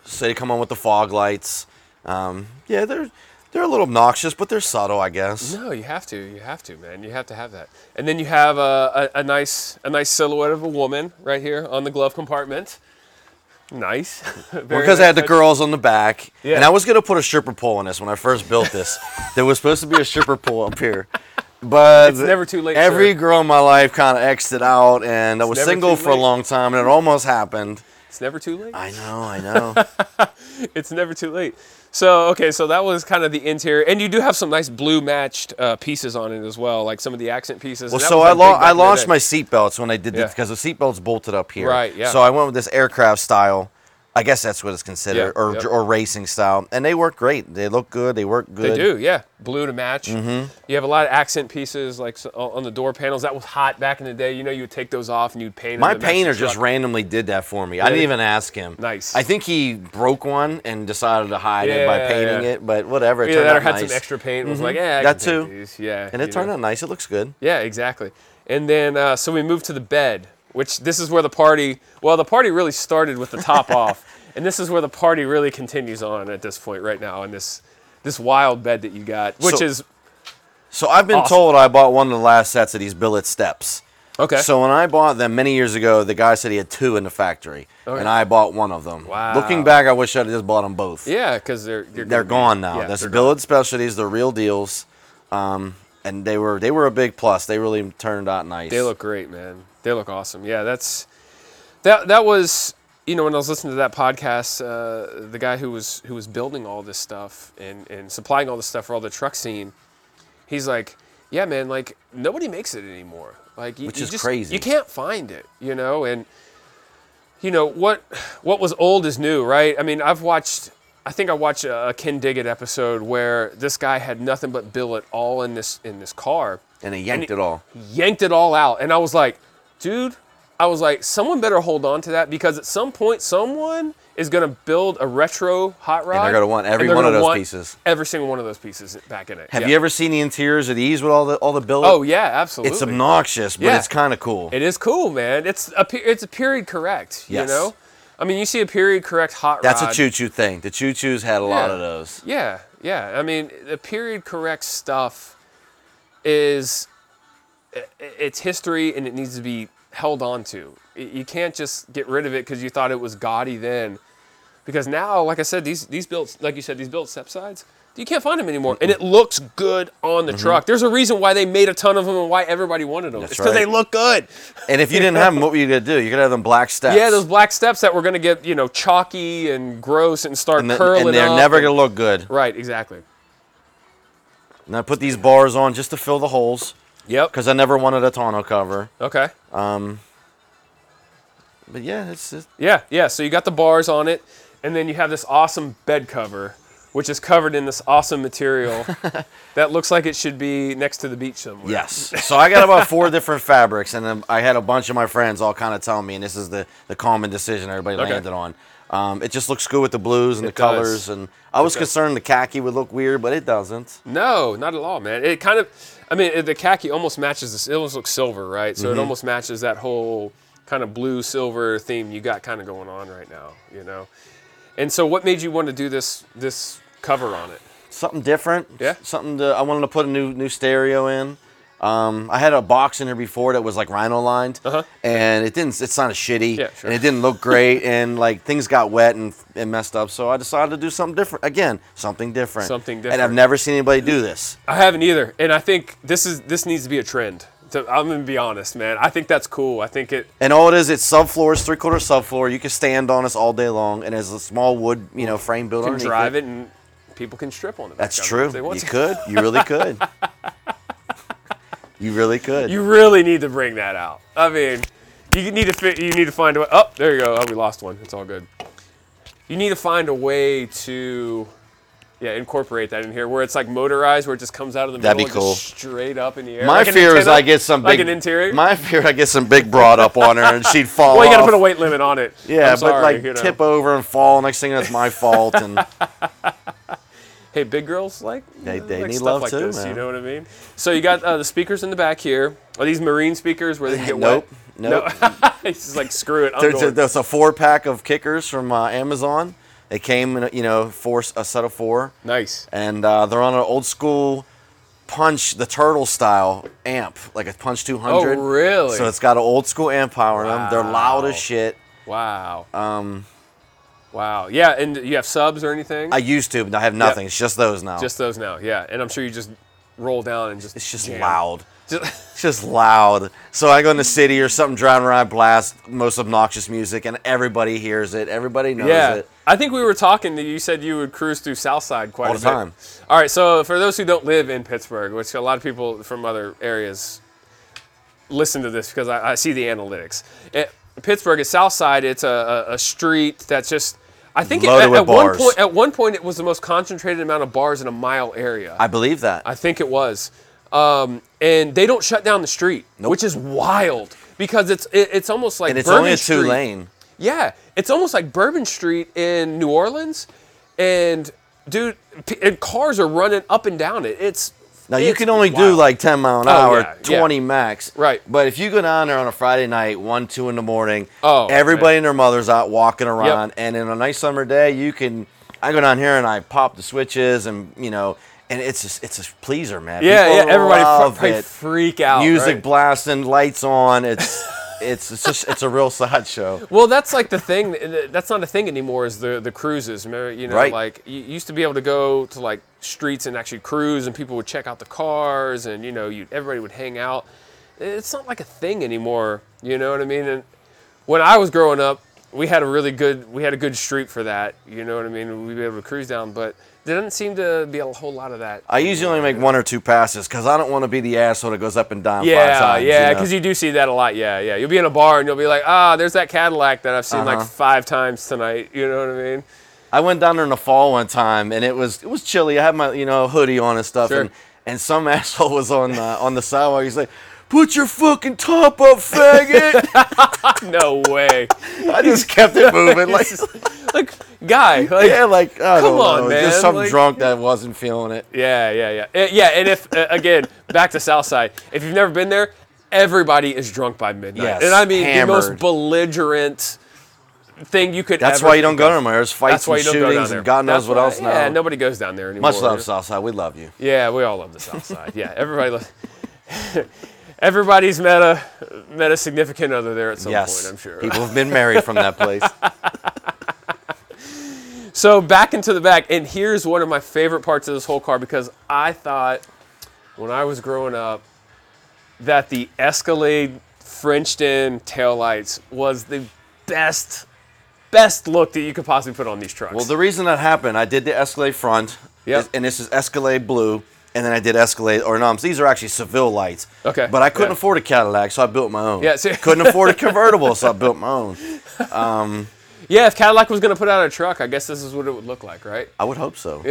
So they come on with the fog lights. Um, yeah, they're they're a little obnoxious, but they're subtle, I guess.
No, you have to. You have to, man. You have to have that. And then you have a, a, a nice a nice silhouette of a woman right here on the glove compartment. Nice.
Because I had the girls on the back,
Yeah.
and I was gonna put a stripper pole on this when I first built this. there was supposed to be a stripper pole up here, but it's
never too late,
Every
sir.
girl in my life kind of exited out, and I was
never
single
too
for a
late.
long time, and it almost happened.
It's never too late.
I know, I know.
it's never too late. So okay, so that was kind of the interior, and you do have some nice blue matched uh, pieces on it as well, like some of the accent pieces.
Well,
and that
so
was
I,
a big
lo-
back
I
in the
launched
day.
my seatbelts when I did
Yeah.
this because the seatbelts bolted up here.
Right, yeah.
So I went with this aircraft style. I guess that's what it's considered,
Yeah,
or
yep.
or racing style, and they work great. They look good. They work good.
They do, yeah, blue to match.
Mm-hmm.
You have a lot of accent pieces, like so, on the door panels. That was hot back in the day. You know, you would take those off and you'd paint. 'em to
My
match the
painter just
truck.
randomly did that for me. I didn't
he-
even ask him.
Nice.
I think he broke one and decided to hide it by
Yeah,
painting
yeah.
it, but whatever. It
Yeah,
turned
that or
out
had
nice. Mm-hmm.
some extra paint. Was like, yeah, I
That
can paint
too.
these. Yeah,
and it
you
turned
know.
out nice. It looks good.
Yeah, exactly. And then uh, so we moved to the bed, which this is where the party. Well, the party really started with the top off, and this is where the party really continues on at this point right now in this this wild bed that you got, which
So-
is
So I've been
Awesome.
told I bought one of the last sets of these billet steps.
Okay.
So when I bought them many years ago, the guy said he had two in the factory,
Okay.
and I bought one of them.
Wow.
Looking back, I wish I'd have just bought them both.
Yeah, because they're they're,
They're gone now.
Yeah,
That's
they're
billet specialties, the real deals, um, and they were they were a big plus. They really turned out nice.
They look great, man. They look awesome. Yeah, that's that. That was you know when I was listening to that podcast, uh, the guy who was who was building all this stuff and and supplying all this stuff for all the truck scene, he's like, yeah, man, like nobody makes it anymore. Like you,
Which
you
is
just-
crazy.
You can't find it, you know, and you know what what was old is new, right? I mean, I've watched. I think I watched a a Ken Diggett episode where this guy had nothing but billet all in this in this car,
and they yanked it all.
yanked it all out. And I was like, dude, I was like, someone better hold on to that because at some point, someone is going to build a retro hot rod.
gonna want every
and they're
one of
gonna
those
want
pieces.
Every single one of those pieces back in it.
Have
Yeah.
you ever seen the interiors of these with all the all the billet?
Oh, yeah, absolutely.
it's obnoxious, but
Yeah.
it's kind of cool.
It is cool, man. It's a, pe- it's a period correct, you
Yes.
know? I mean, you see a period correct hot
That's
rod.
a choo choo thing. The choo choos had a lot
Yeah.
of those.
Yeah, yeah. I mean, the period correct stuff is i- it's history and it needs to be held on to. Y- You can't just get rid of it because you thought it was gaudy then. Because now, like I said, these these built like you said these built step sides, you can't find them anymore, and it looks good on the truck. There's a reason why they made a ton of them and why everybody wanted them.
Mm-hmm. That's
it's because they
right.
look good.
And if you didn't have them, what were you gonna do? You're gonna have them black steps.
Yeah, those black steps that were going to get you know chalky and gross and start
and, the-
curling
and they're
up
never
and-
gonna look good.
right exactly.
And I put these bars on just to fill the holes
Yep.
because I never wanted a tonneau cover.
Okay.
But yeah, it's, it's
Yeah, yeah. So you got the bars on it, and then you have this awesome bed cover, which is covered in this awesome material that looks like it should be next to the beach somewhere.
Yes. So I got about four different fabrics, and then I had a bunch of my friends all kind of tell me, and this is the, the common decision everybody
Okay.
landed on. Um, it just looks good with the blues and the
does.
colors, and I was concerned the khaki would look weird, but it doesn't.
No, not at all, man. It kind of, I mean, it- the khaki almost matches this. It almost looks silver, right? So it almost matches that whole kind of blue silver theme you got kind of going on right now, you know. And so, what made you want to do this this cover on it?
Something different.
Yeah.
Something to, I wanted to put a new new stereo in. Um, I had a box in here before that was like rhino lined,
Uh-huh.
and it didn't. It sounded shitty,
Yeah, sure.
and it didn't look great, and like things got wet and, and messed up. So I decided to do something different again, something different,
Something
And I've
different.
never seen anybody do this.
I haven't either, and I think this is this needs to be a trend. So I'm gonna be honest, man. I think that's cool. I think it
And all it is, it's subfloor, it's three quarter subfloor. You can stand on this all day long, and it's a small wood, you know, frame built
can
underneath
drive it and people can strip on it.
That's
Like, I mean,
true.
if they want
You
to.
could. You really could. you really could.
You really need to bring that out. I mean, you need to fit, you need to find a way. Oh, there you go. Oh, we lost one. It's all good. You need to find a way to yeah, incorporate that in here where it's like motorized where it just comes out of the
That'd
middle
be
and just straight up in the air.
my
like an
fear is
antenna,
I get some big.
like an interior.
My fear I get some big broad up on her and she'd fall.
well, you got to
off.
put a weight limit on it.
Yeah,
I'm
but
sorry,
like
you know.
tip over and fall. Next thing it's my fault. And
hey, big girls like
They- they
like
need
stuff
love
like
too,
this. You
man.
know what I mean? So you got uh, the speakers in the back here. Are these marine speakers where they can get
nope,
wet?
nope.
It's just like screw it. I'm
There's a,
going.
there's a four pack of kickers from uh, Amazon. They came in, a, you know, four a set of four.
nice.
and uh, they're on an old school punch the turtle style amp like a punch 200
Oh, really?
so it's got an old school amp power in them they're loud as
Wow.
shit
Wow. Um. Wow. Yeah, and you have subs or anything?
i used to but i have nothing it's just those now
just those now. Yeah, and I'm sure you just roll down and just.
it's just
jam.
loud
Just-
it's just loud so i go in the city or something driving around I blast most obnoxious music and everybody hears it everybody knows
yeah.
it
I think we were talking that you said you would cruise through Southside quite
All
a
the
bit.
time.
All right. So for those who don't live in Pittsburgh, which a lot of people from other areas listen to this because I, I see the analytics. It, Pittsburgh is Southside. It's a, a, a street that's just. I think it,
Loaded
at,
with
at one
bars.
point, at one point, it was the most concentrated amount of bars in a mile area.
i believe that
I think it was. Um, and they don't shut down the street, which is wild because it's it, it's almost like
and it's
Bourbon
only a
Street.
two lane
Yeah, it's almost like Bourbon Street in New Orleans, and dude, p- and cars are running up and down it. It's
now you
it's
can only do
wild.
like 10 mile an
Oh,
hour
yeah, yeah.
20 max
Right.
but if you go down there on a friday night 1 2 in the morning
Oh,
everybody
man.
and their mother's out walking around and in a nice summer day you can i go down here and i pop the switches and you know and it's just, it's a pleaser, man.
Yeah,
People
yeah. Everybody fr-
love
probably
it.
freak out.
Music
right?
blasting, lights on. It's it's it's just it's a real sideshow.
Well, that's like the thing. That's not a thing anymore. Is the the cruises? Remember, you know,
Right.
like you used to be able to go to like streets and actually cruise, and people would check out the cars, and you know, you everybody would hang out. It's not like a thing anymore. You know what I mean? And when I was growing up, we had a really good we had a good street for that. You know what I mean? We'd be able to cruise down, but there doesn't seem to be a whole lot of that.
I usually only make one or two passes because I don't want to be the asshole that goes up and down
Yeah,
five times.
yeah,
you know?
because you, do see that a lot. Yeah, yeah. You'll be in a bar and you'll be like, ah, there's that Cadillac that I've seen
Uh-huh.
like five times tonight. You know what I mean?
I went down there in the fall one time, and it was it was chilly. I had my you know hoodie on and stuff,
Sure.
and and some asshole was on the, on the sidewalk. He's like, "Put your fucking top up, faggot!"
No way.
I just kept it moving, like
like, guy. Like,
yeah, like I
Come
don't
on,
know,
man,
just some
like-
drunk that wasn't feeling it.
yeah, yeah, yeah. Uh, yeah, and if, uh, again, back to Southside, if you've never been there, everybody is drunk by midnight.
Yes,
and I mean, the most
hammered.
belligerent thing you could
That's
ever
why you don't
think
go
of.
nowhere. There's
That's
fights
why
and
you don't go down
shootings
there.
and God knows
That's
what
why-
else
Yeah,
now.
nobody goes down there anymore.
Much love, Southside. We love you.
Yeah, we all love the South Side. Yeah, everybody loves. Everybody's met a met a significant other there at some
yes,
point, I'm sure.
people have been married from that place.
So back into the back, and here's one of my favorite parts of this whole car because I thought when I was growing up that the Escalade Frenched in taillights was the best best look that you could possibly put on these trucks.
Well, the reason that happened, I did the Escalade front,
Yep.
and this is Escalade blue, and then I did Escalade or no, these are actually Seville lights.
Okay,
But I couldn't
yeah.
afford a Cadillac, so I built my own.
Yeah, see-
couldn't afford a convertible, so I built my own.
yeah, if Cadillac was going to put out a truck, I guess this is what it would look like, right?
I would hope so.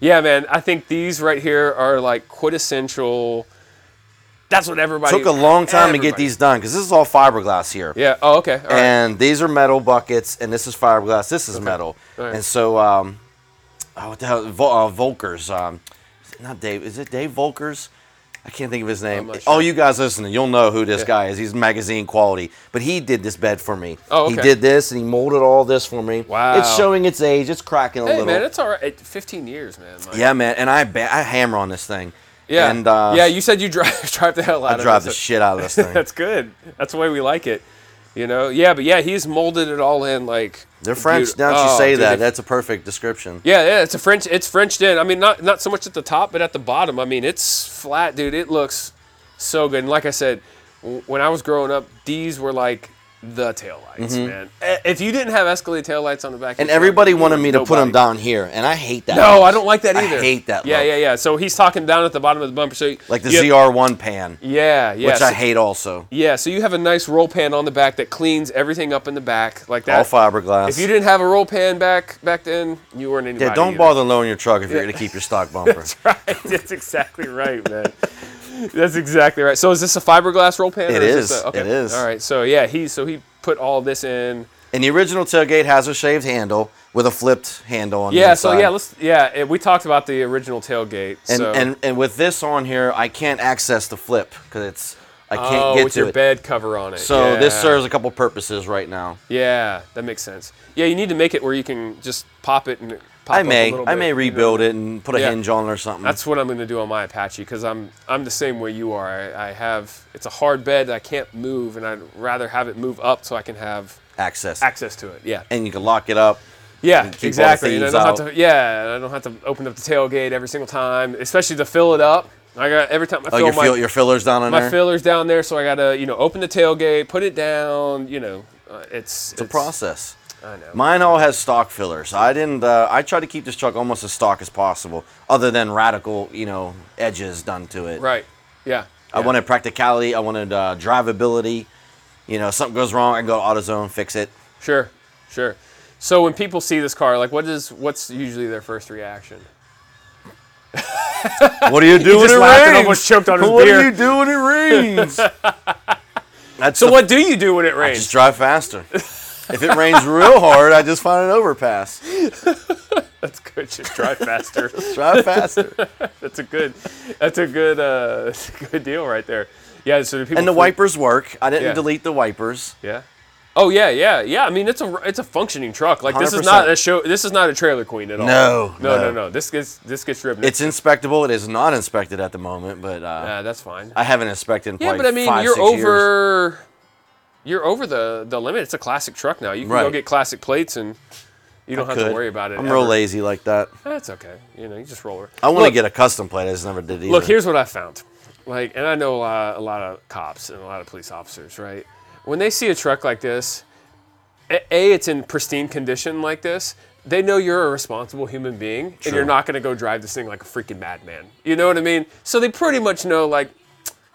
Yeah, man, I think these right here are like quintessential. That's what everybody
Took a long time to get
everybody-
these done because this is all fiberglass here.
Yeah. Oh, okay. All right.
And these are metal buckets, and this is fiberglass. This is metal.
Alright.
And so, um, oh, what the hell? Vol- uh, Volkers. Um, is it not Dave. Is it Dave Volkers? I can't think of his name.
not
All
sure.
you guys listening, you'll know who this
Yeah.
guy is. He's magazine quality. But he did this bed for me.
Oh,
He
okay.
did this, and he molded all this for me.
Wow.
It's showing its age. It's cracking a
hey,
little.
man, it's all right. It- Fifteen years, man. like-
yeah, man. And I ba- I hammer on this thing.
Yeah.
And uh,
yeah, you said you drive drive the hell out
I
of
drive
it,
the
so-
shit out of this thing.
That's good. That's the way we like it. You know. Yeah, but yeah, he's molded it all in like.
They're French.
beaut-
Now that you
oh,
say
dude,
that,
they-
that's a perfect description.
Yeah, yeah, it's a French. It's Frenched in. I mean, not not so much at the top, but at the bottom. I mean, it's flat, dude. It looks so good. And like I said, w- when I was growing up, these were like the taillights, man. Eh, If you didn't have Escalade taillights on the back,
Mm-hmm. And everybody wanted me to put them down here, and I hate that.
No, I don't like that
I
either.
hate that
Yeah,
look.
yeah, yeah. So he's talking down at the bottom of the bumper. So you-
Like the
you-
ZR1 pan,
Yeah, yeah.
which
so,
I hate also.
Yeah, so you have a nice roll pan on the back that cleans everything up in the back like that.
All fiberglass.
If you didn't have a roll pan back back then, you weren't anybody.
yeah, don't
either.
bother lowering your truck if you're going to keep your stock bumper.
right. That's exactly right, man. That's exactly right. So is this a fiberglass roll pan?
It
or is.
is.
this a- okay.
It is.
All right. So yeah, he so he put all this in.
And the original tailgate has a shaved handle with a flipped handle on the
Yeah. So
inside.
yeah, let's yeah. and we talked about the original tailgate.
and,
so.
and and with this on here, I can't access the flip because it's I can't
oh,
get
with
to
your
it.
bed cover on it.
So this
Yeah.
serves a couple purposes right now.
Yeah, that makes sense. Yeah, you need to make it where you can just pop it and it pop
I
up a
may
little
I
bit,
may
you know?
rebuild it and put a
Yeah.
hinge on it or something.
That's what I'm going to do on my Apache because I'm I'm the same way you are. I, I have it's a hard bed that I can't move, and I'd rather have it move up so I can have
access.
access to it. Yeah,
and you can lock it up.
yeah,
keep all the
exactly. And I
thieves
don't have
out.
to. Yeah, and I don't have to open up the tailgate every single time, especially to fill it up. I got every time I
Oh,
fill
your,
my
fill, your filler's down on
my
there.
fillers down there, so I got to you know open the tailgate, put it down. You know, uh, it's
it's a process.
I know.
Mine all has stock fillers. I didn't. Uh, I try to keep this truck almost as stock as possible, other than radical, you know, edges done to it.
right. Yeah.
I
yeah.
wanted practicality. I wanted uh, drivability. You know, something goes wrong, I can go to AutoZone, fix it.
Sure, sure. So when people see this car, like, what is what's usually their first reaction?
What are you doing?
just
it
laughed and
rains?
almost choked on his
what
beer.
are you doing? It rains. That's
So
the-
what do you do when it
I
rains?
just drive faster. if it rains real hard, I just find an overpass.
That's good. Just drive faster.
Drive faster.
that's a good. That's a good. Uh, that's a good deal right there. Yeah. So do people
and the
freak-
wipers work. I didn't
Yeah.
delete the wipers.
Yeah. Oh yeah, yeah, yeah. I mean, it's a it's a functioning truck. Like this is
100%.
not a show. This is not a trailer queen at all.
No,
no, no, no.
no.
This gets this gets ripped.
It's inspectable. It is not inspected at the moment, but uh,
yeah, that's fine.
I haven't inspected in
yeah,
probably
but I mean,
five,
you're
six years.
over. You're over the the limit. It's a classic truck now. You can go
Right.
get classic plates, and you don't have
Could.
to worry about it.
I'm
ever.
real lazy like that.
That's okay. You know, you just roll over.
I want to
Look,
get a custom plate. I just never did either.
Look, here's what I found. Like, and I know a lot, a lot of cops and a lot of police officers, right? When they see a truck like this, a, a, it's in pristine condition like this. They know you're a responsible human being, and you're
Sure.
not going to go drive this thing like a freaking madman. You know what I mean? So they pretty much know like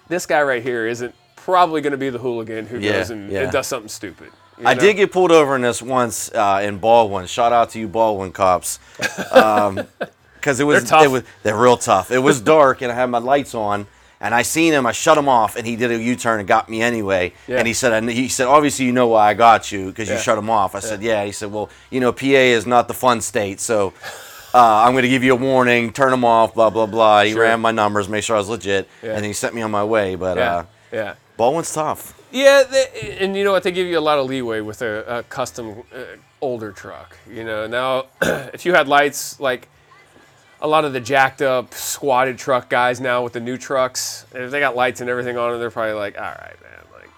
this guy right here isn't probably going to be the hooligan who
Yeah,
goes and,
yeah.
and does something stupid. you
I
know?
did get pulled over in this once uh, in Baldwin. Shout out to you, Baldwin cops, because it was
tough.
it was they're real tough. It was dark and I had my lights on, and I seen him. I shut him off, and he did a U turn and got me anyway.
Yeah.
And he said, I, kn- he said, obviously you know why I got you because
Yeah.
you shut him off. I said, yeah. He said, well, you know, PA is not the fun state, so. Uh, I'm going to give you a warning. Turn them off. Blah blah blah. He
Sure.
ran my numbers, made sure I was legit,
Yeah.
and he sent me on my way. But
Yeah,
uh,
yeah.
Baldwin's tough.
Yeah, they, and you know what? They give you a lot of leeway with a, a custom uh, older truck. You know, now if you had lights, like a lot of the jacked up, squatted truck guys now with the new trucks, if they got lights and everything on them, they're probably like, all right, man, like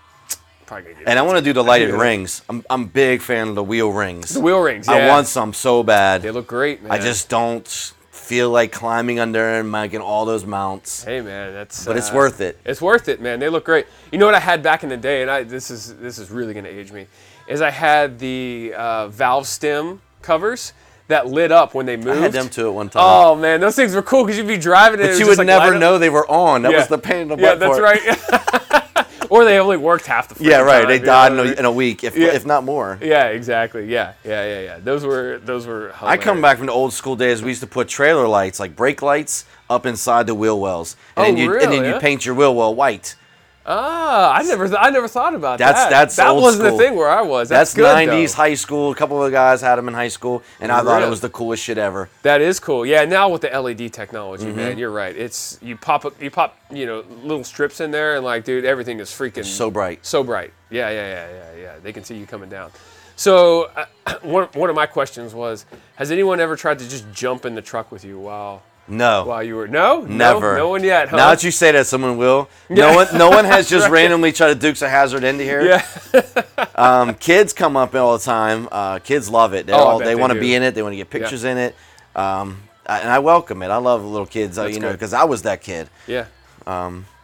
probably gonna get
And I want to do the lighted
Yeah.
rings. I'm I'm a big fan of the wheel rings.
wheel rings. Yeah.
I want some so bad.
They look great, man.
I just don't feel like climbing under and making all those mounts.
Hey man, that's. uh,
But it's worth it.
It's worth it, man. They look great. You know what I had back in the day, and I this is this is really gonna age me, is I had the uh, valve stem covers that lit up when they moved.
I had them too at one time.
Oh man, those things were cool because you'd be driving it.
but you would never know they were on. That
Yeah.
was the pain in the butt
Yeah, that's
part.
right. or they only worked half the.
Yeah,
freaking
right.
time,
They
you know
died in
what I
a,
mean?
in a week, if,
Yeah.
if not more.
Yeah, exactly. Yeah, yeah, yeah, yeah. Those were those were.
I come
hilarious.
back from the old school days. We used to put trailer lights, like brake lights, up inside the wheel wells, and
Oh,
then you and then
really?
you paint your wheel well white.
Ah, I never th- I never thought about
That's-
that.
that's
that
old
wasn't
school.
the thing where I was. That's,
That's,
good, though.
90s high school. A couple of guys had them in high school, and I thought
Really?
it was the coolest shit ever.
That is cool. Yeah, now with the LED technology,
Mm-hmm.
man, you're right. It's you pop up, you pop, you know, little strips in there, and like, dude, everything is freaking
So bright.
so bright. Yeah, yeah, yeah, yeah, yeah. They can see you coming down. So uh, one one of my questions was, has anyone ever tried to just jump in the truck with you while
No.
while you were no No?
Never.
no, one yet? Huh?
Now that you say that, someone will. No one, no one has just randomly tried to Dukes a Hazard into here.
yeah,
Um, kids come up all the time. Uh, kids love it. They
Oh, I
all
bet
they
they
want
do.
to be in it. They want to get pictures in it. Um, I- and I welcome it. I love little kids. uh,
That's
you know,
good.
because I was that kid.
yeah.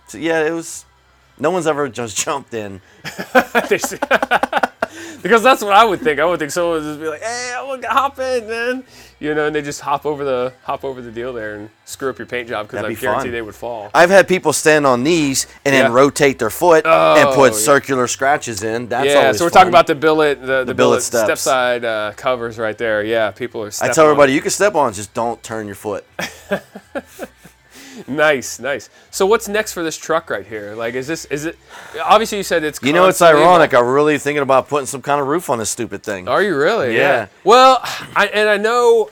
So yeah, it was. No one's ever just jumped in.
because that's what I would think. I would think someone would just be like, "Hey, I want to hop in, man," you know, and they just hop over the hop over the deal there and screw up your paint job because
That'd
I
be
guarantee
fun.
they would fall.
I've had people stand on these and then
Yeah. Oh,
rotate their foot and put
yeah.
circular scratches in. That's
yeah,
always
so we're
fun.
talking about the billet, the, the, billet,
billet
step
steps.
side uh, covers right there. Yeah, people are.
I
stepping
tell
on
everybody you can step on, it, just don't turn your foot.
it. Nice, nice. So what's next for this truck right here? Like, is this is it? Obviously, you said it's.
You know, it's
constantly-
ironic. I'm really thinking about putting some kind of roof on this stupid thing.
Are you really?
Yeah.
Well, I, and I know,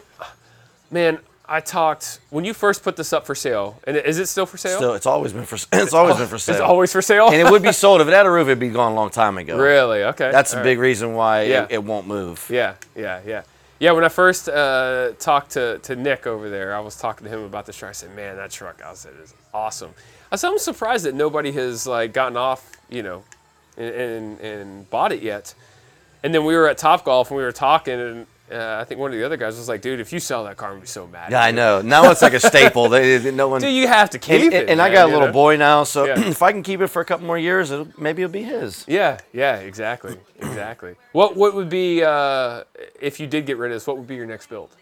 man. I talked when you first put this up for sale, and is it still for sale?
So it's always been for it's always been for sale.
It's always for sale.
and it would be sold if it had a roof. It'd be gone a long time ago.
really? Okay.
That's
all
a
right.
big reason why
Yeah.
it, it won't move.
Yeah, yeah, yeah. Yeah, when I first uh, talked to, to Nick over there, I was talking to him about this truck. I said, "Man, that truck!" I said, "is awesome." I said, "I'm surprised that nobody has like gotten off, you know, and, and, and bought it yet." And then we were at Top Golf and we were talking, and uh, I think one of the other guys was like, "Dude, if you sell that car, I'm gonna be so mad."
Yeah,
at
I
you."
know. Now it's like a staple. They, they- no one.
Dude, you have to keep
and,
it.
and- and I
man,
got a
you
little
know?
boy now, so
Yeah.
if I can keep it for a couple more years, it'll, maybe it'll be his.
Yeah, yeah, exactly, exactly. What what would be uh, if you did get rid of this? What would be your next build?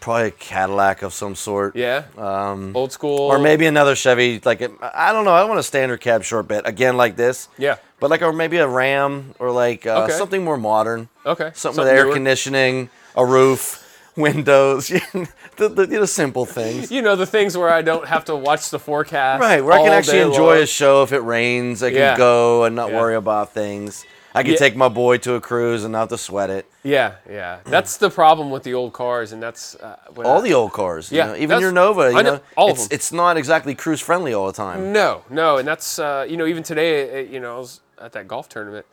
Probably a Cadillac of some sort.
Yeah. Um, Old school.
Or maybe another Chevy, like a, I don't know. I want a standard cab short bit again, like this.
Yeah.
But like, or maybe a Ram, or like uh,
Okay.
something more modern.
Okay.
something, with air
newer.
conditioning, a roof, windows, the, the, the simple things.
You know the things where I don't have to watch the forecast.
Right, where I can
all
actually
day
enjoy
long.
a show if it rains. I can
Yeah.
go and not
Yeah.
worry about things. I can
Yeah.
take my boy to a cruise and not have to sweat it.
Yeah, yeah. That's the problem with the old cars, and that's uh, when
All
I-
the old cars, you
Yeah,
know,
that's-
even your Nova,
I
you
know-
know,
all of
it's,
them. Mm.
it's not exactly cruise friendly all the time.
No, no, and that's uh, you know even today, uh, you know, I was at that golf tournament,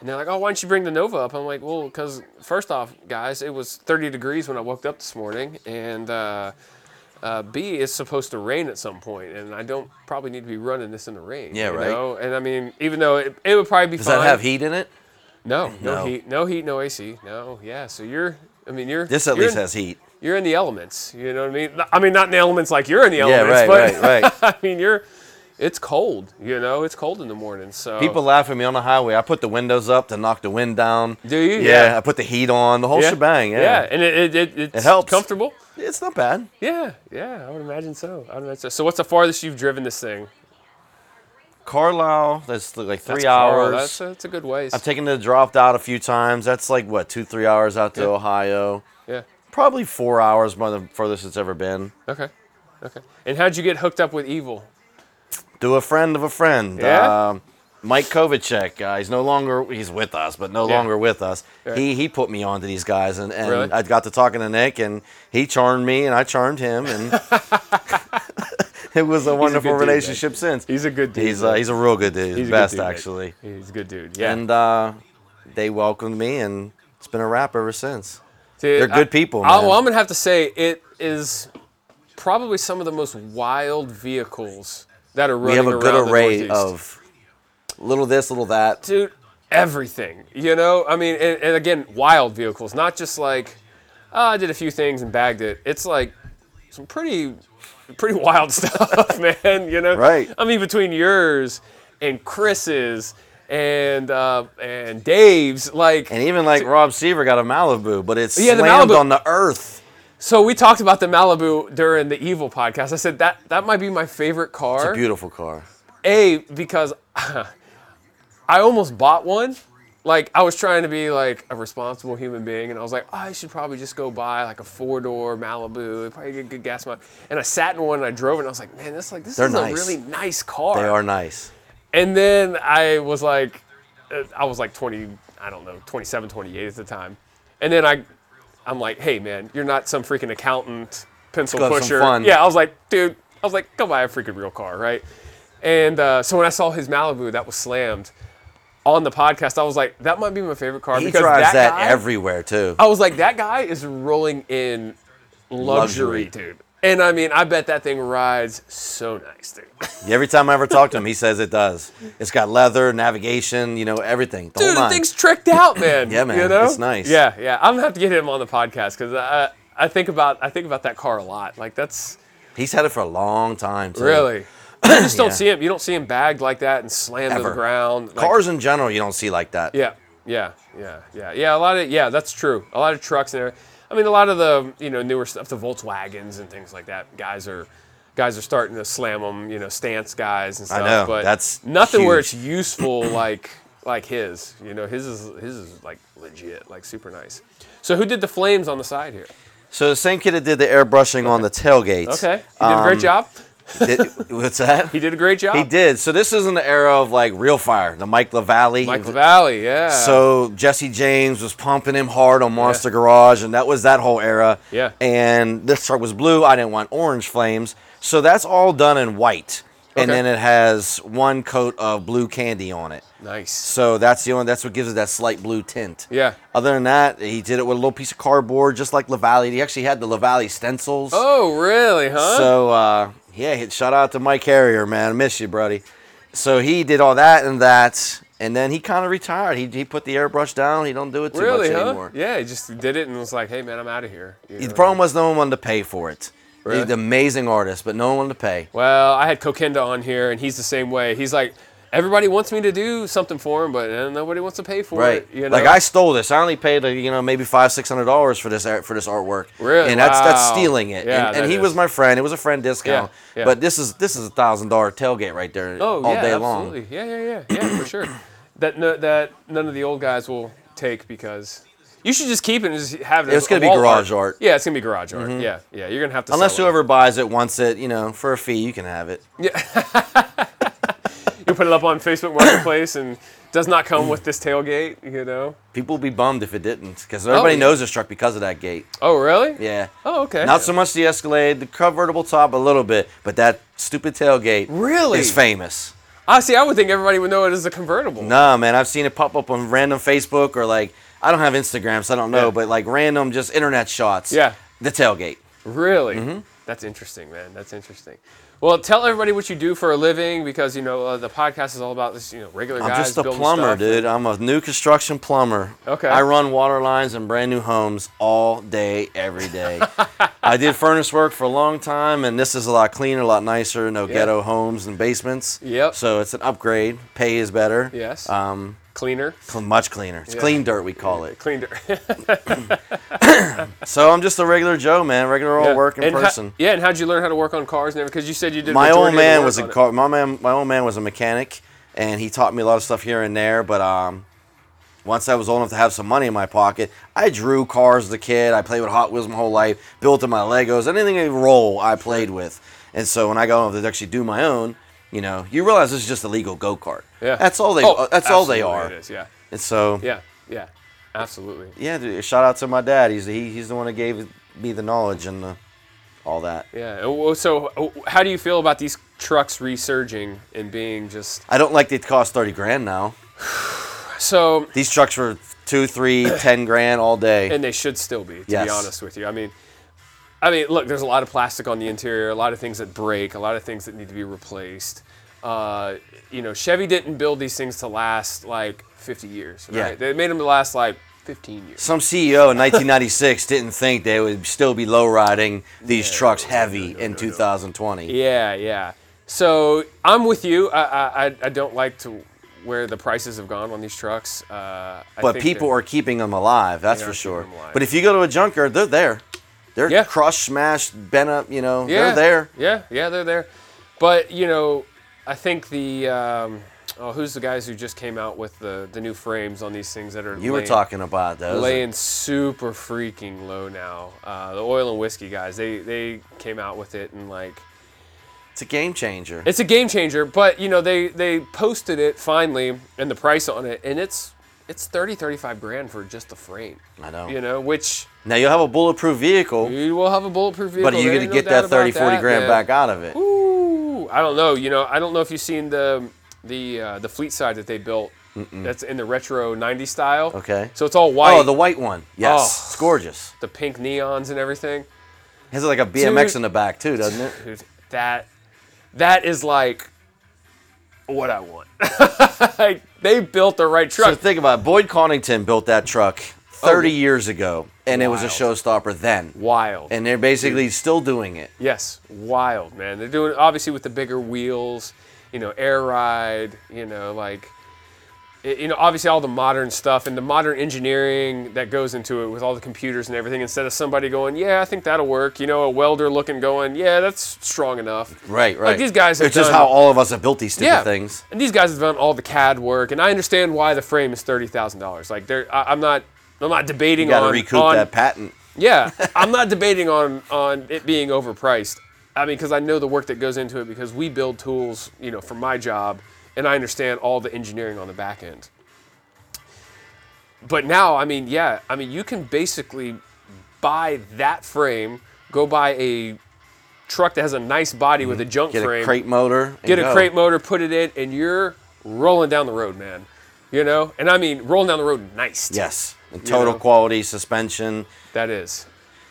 And they're like, oh, why don't you bring the Nova up? I'm like, well, because first off, guys, it was 30 degrees when I woke up this morning, and uh, uh, B is supposed to rain at some point, and I don't probably need to be running this in the rain.
Yeah,
you
right.
know? And I mean, even though it, it would probably be
Does
fine.
that have heat in it?
No, no,
No.
heat, no heat, no AC, no. Yeah, so you're. I mean, you're.
This at
you're
least
in, Oh.
has heat.
You're in the elements. You know what I mean? I mean, not in the elements like you're in the
Yeah,
elements,
right,
but
right,
I
right.
mean, you're. It's cold. You know, it's cold in the morning. So
People laugh at me on the highway. I put the windows up to knock the wind down.
Do you?
Yeah,
Yeah.
I put the heat on, the whole shebang. Yeah.
and it it, it, it's
helps.
Comfortable.
It's not bad.
Yeah, yeah, I would imagine so. I would imagine so. So, what's the farthest you've driven this thing?
Carlisle, that's like three
That's
hours.
Carl. That's, that's a good ways.
I've taken the dropped out a few times. That's like, what, two, three hours out to
Yeah.
Ohio.
yeah.
Probably four hours, by the furthest it's ever been.
Okay. Okay. And how'd you get hooked up with evil?
Do a friend of a friend.
Yeah?
Um, Mike Kovacek, uh, he's no longer he's with us, but no
Yeah.
longer with us.
Yeah.
He he put me onto these guys, and, and
Really?
I got to talking to Nick, and he charmed me, and I charmed him, and it was a wonderful
dude, Nick.
relationship since.
He's a good dude.
He's uh, he's a real good dude.
He's a good
best
dude, mate.
actually.
He's a good dude. Yeah.
And uh, they welcomed me, and it's been a wrap ever since.
Dude,
They're good people,
I, I-
man.
well, I'm gonna have to say it is probably some of the most wild vehicles that are running
We have a
around
good
the
array
Northeast.
of little this, little that.
dude, everything. You know, I mean, and, and again, wild vehicles, not just like oh, I did a few things and bagged it. It's like some pretty, pretty wild stuff, man. You know,
Right.
I mean, between yours and Chris's and uh, and Dave's, like
And even like Rob Seaver got a Malibu, but it's
Yeah, the
slammed
Malibu-
on the earth.
So we talked about the Malibu during the Evil podcast. I said that that might be my favorite car.
Beautiful car.
a because I almost bought one. Like I was trying to be like a responsible human being, and I was like, I should probably just go buy like a four door Malibu, It'd probably get good gas mileage. And I sat in one and I drove, it, and I was like, man, this like this
They're
is
nice.
a really nice car.
They are nice.
And then I was like, uh, I was like 20, I don't know, 27, 28 at the time. And then I, I'm like, hey man, you're not some freaking accountant, pencil
Let's go have some
pusher.
fun.
Yeah, I was like, dude, I was like, go buy a freaking real car, right? And uh, so when I saw his Malibu that was slammed on the podcast, I was like, that might be my favorite car
He
because
drives that,
guy, Oh.
everywhere too.
I was like, that guy is rolling in luxury,
Luxury.
dude. And I mean, I bet that thing rides so nice, dude.
Every time I ever talk to him, he says it does. It's got leather, navigation, you know, everything. The whole
Dude, the
nine.
thing's tricked out, man.
Yeah, man,
You know?
it's nice.
Yeah, yeah. I'm gonna have to get him on the podcast because I, I think about I think about that car a lot. Like that's
He's had it for a long time. Too.
really. You just don't
Yeah.
see him. You don't see him bagged like that and slammed to
Ever.
the ground. Like,
Cars in general, you don't see like that.
Yeah, yeah, yeah, yeah, yeah. A lot of yeah, that's true. A lot of trucks and everything. I mean, a lot of the you know newer stuff, the Volkswagens and things like that. Guys are guys are starting to slam them. You know, stance guys and
I
stuff.
know,
But
that's
nothing where
huge.
it's useful like like his. You know, his is his is like legit, like super nice. So who did the flames on the side here?
So the same kid that did the airbrushing on the tailgates.
Okay, he did a
um,
great job.
did- what's that?
He did a great job.
He did. So this is in the era of like real fire, the Mike LaValle.
Mike Valley, yeah.
So Jesse James was pumping him hard on Monster Garage, and that was that whole era.
Yeah.
And this truck was blue. I didn't want orange flames, so that's all done in white, and
Okay.
then it has one coat of blue candy on it.
nice.
So that's the only that's what gives it that slight blue tint.
Yeah.
Other than that, he did it with a little piece of cardboard, just like Lavalle. He actually had the Lavalle stencils.
Oh really? Huh?
So uh, yeah, he- shout out to Mike Harrier, man. I miss you, buddy. So he did all that and that, and then he kind of retired. He, he put the airbrush down. He don't do it too
really?
much
Huh?
anymore.
Yeah, he just did it and was like, "Hey man, I'm out of here." you
The
know?
problem was no one wanted to pay for it.
Really?
He's an amazing artist, but no one wanted to pay.
Well, I had Coquinda on here, and he's the same way. He's like, everybody wants me to do something for him, but eh, nobody wants to pay for
Right?
it. You know?
Like I stole this. I only paid like, you know maybe five six hundred dollars for this art- for this artwork.
Really?
And that's that's
Wow.
stealing it.
Yeah,
and and
that
he
is.
was my friend. It was a friend discount.
Yeah, yeah.
But this is this is a thousand dollar tailgate right there
oh
all
yeah,
day long.
absolutely. Yeah, yeah, yeah, yeah, for sure. That no, that none of the old guys will take because you should just keep it and just have it.
It's
as
gonna be
wall
garage art. Mm-hmm.
Yeah, it's gonna be garage art. Yeah, yeah, you're gonna have to.
Unless
sell it.
whoever buys it wants it, you know, for a fee, you can have it.
you put it up on Facebook Marketplace and does not come with this tailgate, you know.
People would be bummed if it didn't, because everybody
Oh, yeah.
knows this truck because of that gate.
Oh really?
Yeah.
Oh okay.
Not so much the Escalade, the convertible top a little bit, but that stupid tailgate
Really?
is famous.
I see. I would think everybody would know it as a convertible.
Nah, man, I've seen it pop up on random Facebook or like I don't have Instagram, so I don't know,
Yeah.
but like random just internet shots.
Yeah.
The tailgate.
Really?
Mm-hmm.
That's interesting, man. That's interesting. Well, tell everybody what you do for a living because you know uh, the podcast is all about this. You know, regular
I'm
guys.
just a
building
plumber,
stuff.
dude. I'm a new construction plumber.
Okay.
I run water lines in brand new homes all day, every day. I did furnace work for a long time, and this is a lot cleaner, a lot nicer. No ghetto homes and basements.
Yep.
So it's an upgrade. Pay is better.
Yes.
Um,
Cleaner.
cl- much cleaner. It's
Yeah.
clean dirt, we call it.
Cleaner.
So I'm just a regular Joe, man, regular old working
and how-
person.
yeah, and how'd you learn how to work on cars and everything? Because you said you did.
my
majority
old
of the
man
work
was a
on it.
car. My man, my old man was a mechanic, and he taught me a lot of stuff here and there. But um, once I was old enough to have some money in my pocket, I drew cars as a kid. I played with Hot Wheels my whole life. Built in my Legos, anything that would roll, I played with. And so when I got off to actually do my own, you know, you realize this is just a legal go kart.
Yeah.
That's all they. uh,
Oh,
that's all they
absolutely
are.
It is. Yeah.
And so yeah,
Yeah. Yeah. Absolutely.
dude, shout out to my dad. He's the, he, he's the one that gave me the knowledge and the, all that.
Yeah. Oh, well, So, oh, how do you feel about these trucks resurging and being just
I don't like they cost thirty grand now.
so?
These trucks were two, three, ten grand all day.
and they should still be to
Yes.
be honest with you i mean i mean look there's a lot of plastic on the interior a lot of things that break a lot of things that need to be replaced uh, you know chevy didn't build these things to last like 50 years right?
Yeah.
they made them to last like 15 years
Some CEO in 1996 didn't think they would still be low riding these trucks heavy in 2020.
yeah yeah so i'm with you i i, I- I don't like to where the prices have gone on these trucks uh, I
But
think
people
that-
are keeping them alive, that's
They are
for sure.
keeping 'em alive.
But if you go to a junkyard, they're there. They're
Yeah.
crushed, smashed, bent up, you know,
Yeah,
they're there.
Yeah, yeah, they're there. But you know, I think the um, oh, who's the guys who just came out with the the new frames on these things that are
You were
laying,
talking about those.
laying super freaking low now. Uh, the oil and whiskey guys, they they came out with it and like
It's a game changer.
it's a game changer. But you know, they they posted it finally and the price on it, and it's it's 30, 35 grand for just the frame.
I know.
You know, which
Now you'll have a bulletproof vehicle,
you will have a bulletproof vehicle.
but are you
there
going to
ain't no
get
doubt
that 30,
about
40
that,
grand
man.
back out of it?
Ooh, I don't know. You know, I don't know if you've seen the the uh, the fleet side that they built. That's in the retro '90s style.
Okay.
So it's all white.
Oh, the white one. Yes.
Oh.
It's gorgeous.
the pink neons and everything.
It has like a BMX
Dude.
in the back, too, doesn't it?
Dude, that that is like what I want. like they built the right
So
truck.
think about it. Boyd Connington built that truck 30
Oh.
years ago, and it was a
Wild.
showstopper then.
wild.
And they're basically still doing it.
yes, wild man. They're doing obviously with the bigger wheels. You know, air ride. You know, like. it- you know, obviously all the modern stuff and the modern engineering that goes into it with all the computers and everything. Instead of somebody going, "Yeah, I think that'll work," you know, a welder looking going, "Yeah, that's strong enough."
Right, right.
Like these guys have
It's just
done-
how all of us have built these stupid
Yeah,
things.
And these guys have done all the CAD work, and I understand why the frame is thirty thousand dollars. Like, they're, I, I'm not, I'm not debating
You got to
on,
recoup
on-
that patent.
yeah, I'm not debating on on it being overpriced. I mean, because I know the work that goes into it because we build tools, you know, for my job, and I understand all the engineering on the back end. But now, I mean, yeah, I mean, you can basically buy that frame, go buy a truck that has a nice body with a junk
Mm-hmm. Get
frame,
a crate motor. and
get a
go.
crate motor, put it in, and you're rolling down the road, man. You know, and I mean, rolling down the road, nice.
Yes. And total
know.
quality, suspension.
that is.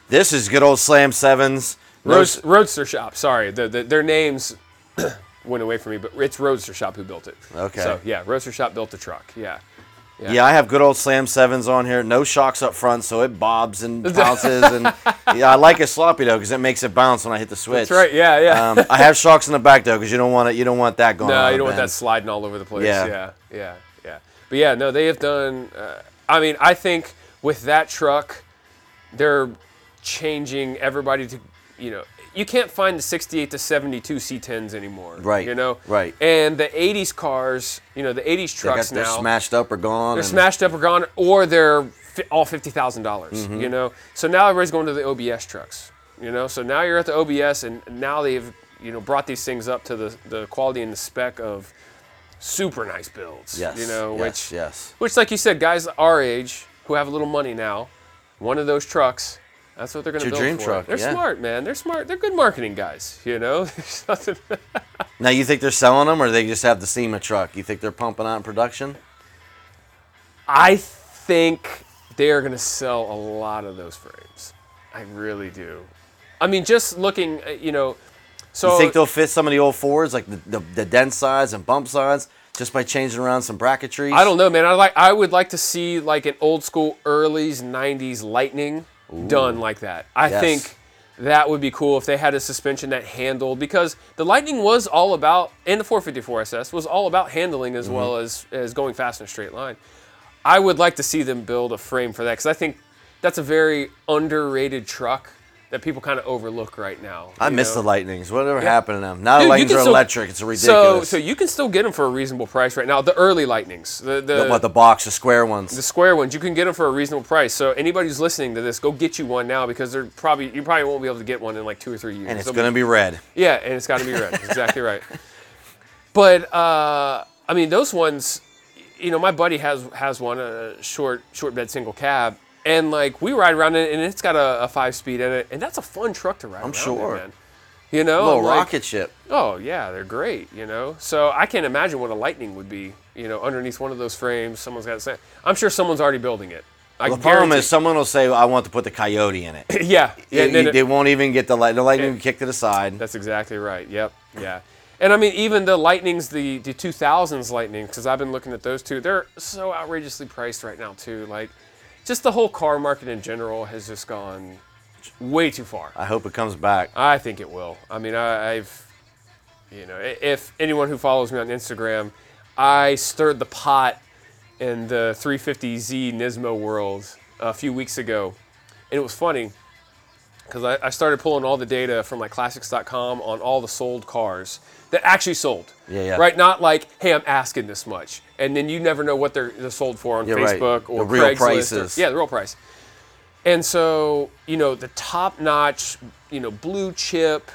This is good old Slam 7s. No
Roads, Roadster Shop. Sorry, the, the, their names went away from me, but it's Roadster Shop who built it.
Okay.
So yeah, Roadster Shop built the truck. Yeah.
Yeah, I have good old Slam Sevens on here. No shocks up front, so it bobs and bounces. and yeah, I like it sloppy though, because it makes it bounce when I hit the switch.
That's right. Yeah, yeah.
Um, I have shocks in the back though, because you don't want it. You don't want that going.
no,
on
you don't
up
want that
end.
sliding all over the place.
Yeah.
Yeah. Yeah. Yeah. But yeah, no, they have done. Uh, I mean, I think with that truck, they're changing everybody to you know. You can't find the 68 to 72 C10s anymore.
Right,
You know.
right.
And the 80s cars, you know, the 80s
They got-
trucks
they're
now.
smashed up or gone.
they're
and-
smashed up or gone, or they're fi- all fifty dollars.
Mm-hmm.
You know, so now everybody's going to the OBS trucks. You know, so now you're at the OBS, and now they've you know brought these things up to the the quality and the spec of super nice builds.
Yes.
you know,
yes,
which
yes.
which like you said, guys our age who have a little money now, one of those trucks. That's what they're going to
It's
build
your dream
for.
truck,
They're
yeah.
smart, man. They're smart. They're good marketing guys. You know, There's nothing-
Now you think they're selling them, or they just have the SEMA truck? You think they're pumping out in production?
I think they are going to sell a lot of those frames. I really do. I mean, just looking, uh, you know, so
You think they'll fit some of the old Fords, like the, the, the dent sides and bump sides, just by changing around some bracketry?
I don't know, man. I like I would like to see like an old school early '90s Lightning done like that. I
Yes.
think that would be cool if they had a suspension that handled because the Lightning was all about and the 454 SS was all about handling
Mm-hmm.
as well as as going fast in a straight line. I would like to see them build a frame for that because I think that's a very underrated truck that people kind of overlook right now.
I
you
miss
know?
the Lightnings. Whatever happened to them? Now the
Dude, you
Lightnings
can
are
still-
electric. It's
So,
ridiculous.
so you can still get them for a reasonable price right now. The early Lightnings, the the,
what the box, the square ones?
the square ones, you can get them for a reasonable price. So anybody who's listening to this, go get you one now because they're probably you probably won't be able to get one in like two or three years.
and it's
They'll
gonna be red.
yeah, and it's got to be red. That's exactly right. But uh, I mean, those ones, you know, my buddy has has one a short short bed single cab, and like we ride around in it, and it's got a, a five speed in it, and that's a fun truck to ride. around in,
sure.
man. You know,
Little
I'm like,
rocket ship.
Oh yeah, they're great. You know, so I can't imagine what a lightning would be. You know, underneath one of those frames, someone's got to say. I'm sure someone's already building it. I
The problem
guarantee-
is someone will say, "I want to put the coyote in it."
yeah, yeah.
And
and then
you-
it-
they won't even get the light. The lightning will kick to the side.
that's exactly right. Yep. Yeah. And I mean, even the lightnings, the the 2000s lightnings, because I've been looking at those too. They're so outrageously priced right now too. Like, just the whole car market in general has just gone way too far.
I hope it comes back.
I think it will. I mean, I, I've, you know, i- if anyone who follows me on Instagram, I stirred the pot in the 350Z Nismo world a few weeks ago, and it was funny because I, I started pulling all the data from like classics.com on all the sold cars that actually sold.
Yeah, yeah.
Right, not like, hey, I'm asking this much, and then you never know what they're, they're sold for on
Yeah, right.
Facebook or
The real
Craigslist or-
prices.
yeah, the real price. And so, you know, the top notch, you know, blue chip,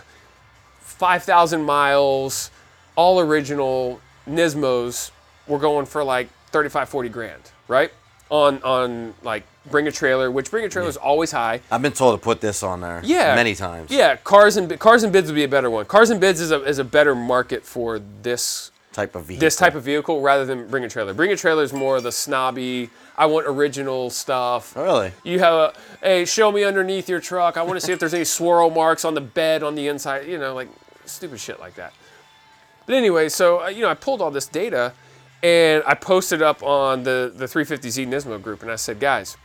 5,000 miles, all original Nismos were going for like 35, 40 grand, right? On, on like bring a trailer, which bring a trailer is always high.
I've been told to put this on there.
Yeah.
Many times.
Yeah. Cars and, Bi- cars and bids would be a better one. Cars and bids is a, is a better market for this
Type of vehicle.
this type of vehicle rather than bring a trailer. Bring a trailer is more the snobby. I want original stuff.
Oh, Really?
You have a hey, show me underneath your truck. I want to see if there's any swirl marks on the bed on the inside. You know, like stupid shit like that. But anyway, so uh, you know, I pulled all this data and I posted up on the the 350Z Nismo group, and I said, guys,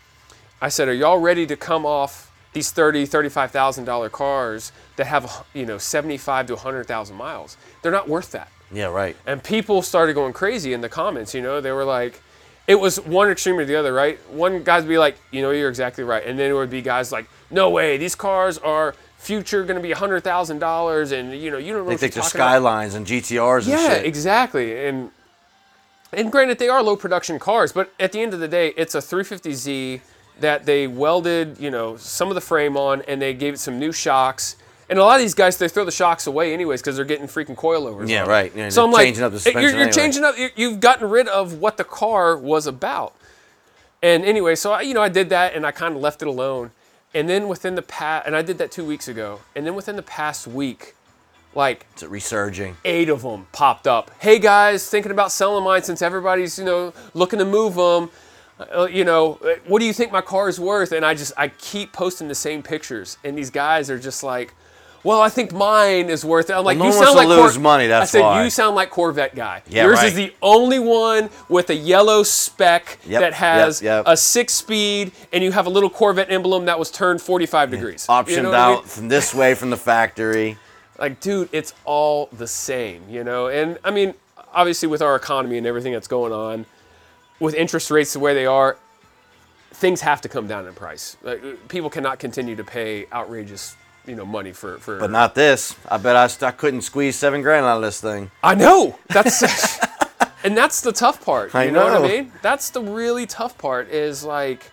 I said, are y'all ready to come off these 30, 35,000 dollar cars that have you know 75 to 100,000 miles? They're not worth that
Yeah. Right.
and people started going crazy in the comments. You know, they were like, it was one extreme or the other, right? One guy'd be like, you know, you're exactly right, and then it would be guys like, no way, these cars are future going to be hundred thousand dollars, and you know, you don't know.
They
what you're
think they're
talking about.
skylines and GTRs and
Yeah,
shit.
exactly. And and granted, they are low production cars, but at the end of the day, it's a 350Z that they welded, you know, some of the frame on, and they gave it some new shocks. And a lot of these guys, they throw the shocks away anyways because they're getting freaking coilovers.
Yeah,
on.
right. Yeah,
so
they're
I'm like,
changing up the
it- you're,
suspension
you're
anyway.
changing up. you you've gotten rid of what the car was about. And anyway, so I, you know, I did that and I kind of left it alone. And then within the past, and I did that two weeks ago. And then within the past week, like
It's resurging.
eight of them popped up. Hey guys, thinking about selling mine since everybody's you know looking to move them. you know, uh, what do you think my car is worth? And I just I keep posting the same pictures, and these guys are just like, well, I think mine is worth it. I'm like,
no
you
one wants
sound like
to lose money,
I
that's
said
why."
you sound like Corvette guy.
Yeah,
Yours
right.
is the only one with a yellow spec
Yep,
that has
yep, yep.
a six speed, and you have a little Corvette emblem that was turned 45 degrees. You
Optioned
know what I
out
mean?
from this way from the factory.
like dude it's all the same you know and i mean obviously with our economy and everything that's going on with interest rates the way they are things have to come down in price like, uh, people cannot continue to pay outrageous you know money for for
But not this. I bet I, st- I couldn't squeeze seven grand out of this thing.
i know that's and that's the tough part you
I
know,
know.
what i mean that's the really tough part is like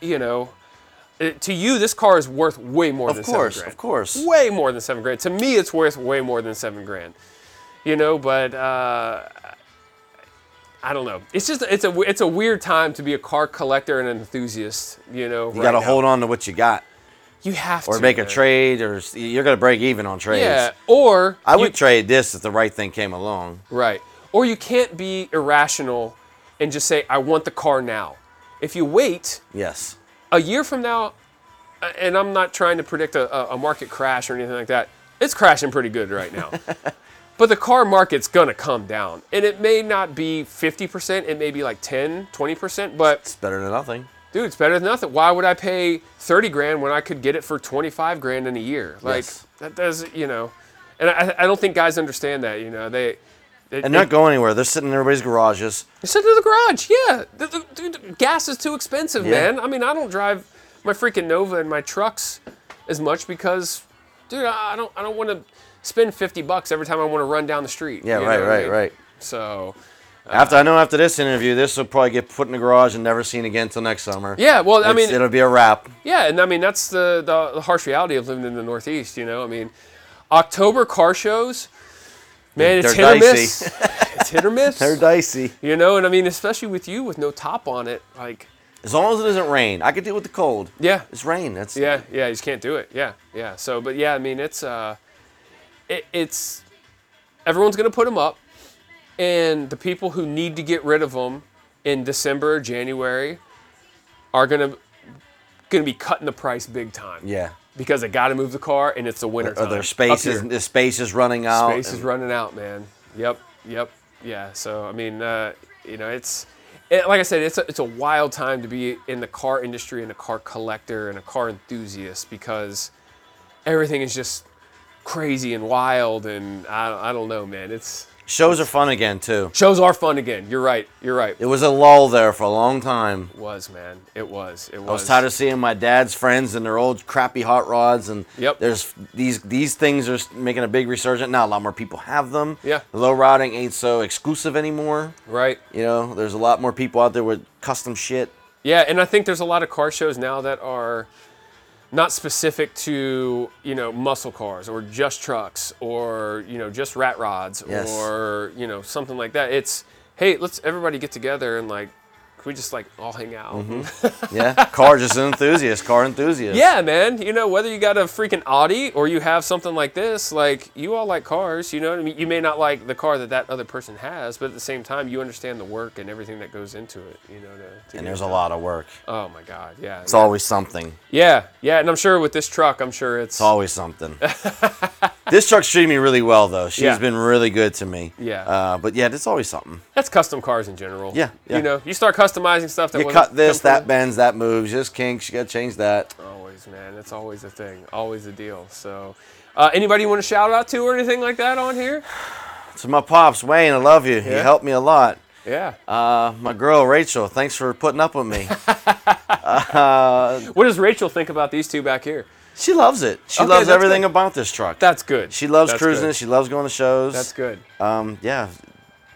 you know uh, to you this car is worth way more
Of
than
course,
seven grand.
of course.
way more than seven grand. To me, it's worth way more than seven grand. You know, but uh, I don't know. It's just it's a it's a weird time to be a car collector and an enthusiast. You know,
You got to hold on to what you got.
You have
or
to
make a
man.
trade, or s- you're going to break even on trades.
Yeah, or
I
you-
would trade this if the right thing came along.
Right. Or you can't be irrational and just say, I want the car now. If you wait
Yes.
a year from now, uh, and I'm not trying to predict a, a- a market crash or anything like that, it's crashing pretty good right now. but the car market's gonna come down. And it may not be 50%, it may be like 10, 20%, but
It's better than nothing.
dude, it's better than nothing. Why would I pay 30 grand when I could get it for 25 grand in a year? Like,
Yes.
that does, you know. And I, I don't think guys understand that, you know. They, they
And they're not going anywhere. They're sitting in everybody's garages.
Send it to the garage. Yeah, The- the- dude, gas is too expensive,
Yeah.
man. I mean, I don't drive my freaking Nova and my trucks as much because, dude, I I don't, I don't want to spend fifty bucks every time I want to run down the street.
Yeah,
you
right,
know what I
right, Uh,
mean?
right.
So,
After I know after this interview, this will probably get put in the garage and never seen again until next summer.
yeah, well, I
It's-
mean,
it'll be a wrap.
yeah, and I mean that's the, the the harsh reality of living in the Northeast. You know, I mean, October car shows, man, it's hit
They're
or miss. it's hit or miss.
They're dicey.
you know, and I mean, especially with you with no top on it, like,
As long as it doesn't rain, I could deal with the cold.
yeah,
It's rain. That's
Yeah, yeah, you just can't do it. Yeah, yeah. So, but yeah, I mean, it's uh, it, it's everyone's gonna put them up, and the people who need to get rid of them in December, or January, are gonna gonna be cutting the price big time.
yeah.
because they got to move the car, and it's the winter
Or
time.
their
Up
space is
here.
the space is running out.
Space is
Oh, and-
running out, man. Yep, yep, yeah. So I mean, uh, you know, it's it, like I said, it's a, it's a wild time to be in the car industry and a car collector and a car enthusiast because everything is just crazy and wild and I, I don't know, man. It's
Shows are fun again too.
shows are fun again. You're right. You're right. It
It was a lull there for a long time.
was, man. It was. It was.
I was tired of seeing my dad's friends and their old crappy hot rods, and
Yep.
there's these these things are making a big resurgence now. A lot more people have them.
Yeah.
low riding ain't so exclusive anymore.
right.
You know, there's a lot more people out there with custom shit.
Yeah, and I think there's a lot of car shows now that are not specific to you know muscle cars or just trucks or you know just rat rods
Yes.
or you know something like that. It's hey, let's everybody get together and like can we just like all hang out.
Mm-hmm. Yeah, car just an enthusiast, car enthusiast.
Yeah, man. You know whether you got a freaking Audi or you have something like this, like you all like cars. You know what I mean. You may not like the car that that other person has, but at the same time, you understand the work and everything that goes into it. You know. To, to
and
get
there's
it
a
done.
lot of work.
Oh my God. Yeah.
It's always something.
Yeah, yeah, and I'm sure with this truck, I'm sure it's
Always something. this truck's treated me really well though. She's
Yeah.
been really good to me.
Yeah.
Uh, but yeah, it's always something.
that's custom cars in general.
Yeah, yeah.
You know, you start customizing stuff that
You
wasn't
cut this,
done
that
for-
bends, that moves, this kinks. You gotta change that.
Always, man. It's always a thing. Always a deal. So, uh, anybody you want to shout out to or anything like that on here?
So my pops, Wayne, I love you. He
Yeah.
helped me a lot.
Yeah.
Uh, my girl Rachel, thanks for putting up with me.
what does Rachel think about these two back here?
she loves it. She
Okay,
loves
that's
everything
good.
about this truck.
That's good.
she loves
That's
cruising.
good.
She loves going to shows.
That's good.
Um, yeah.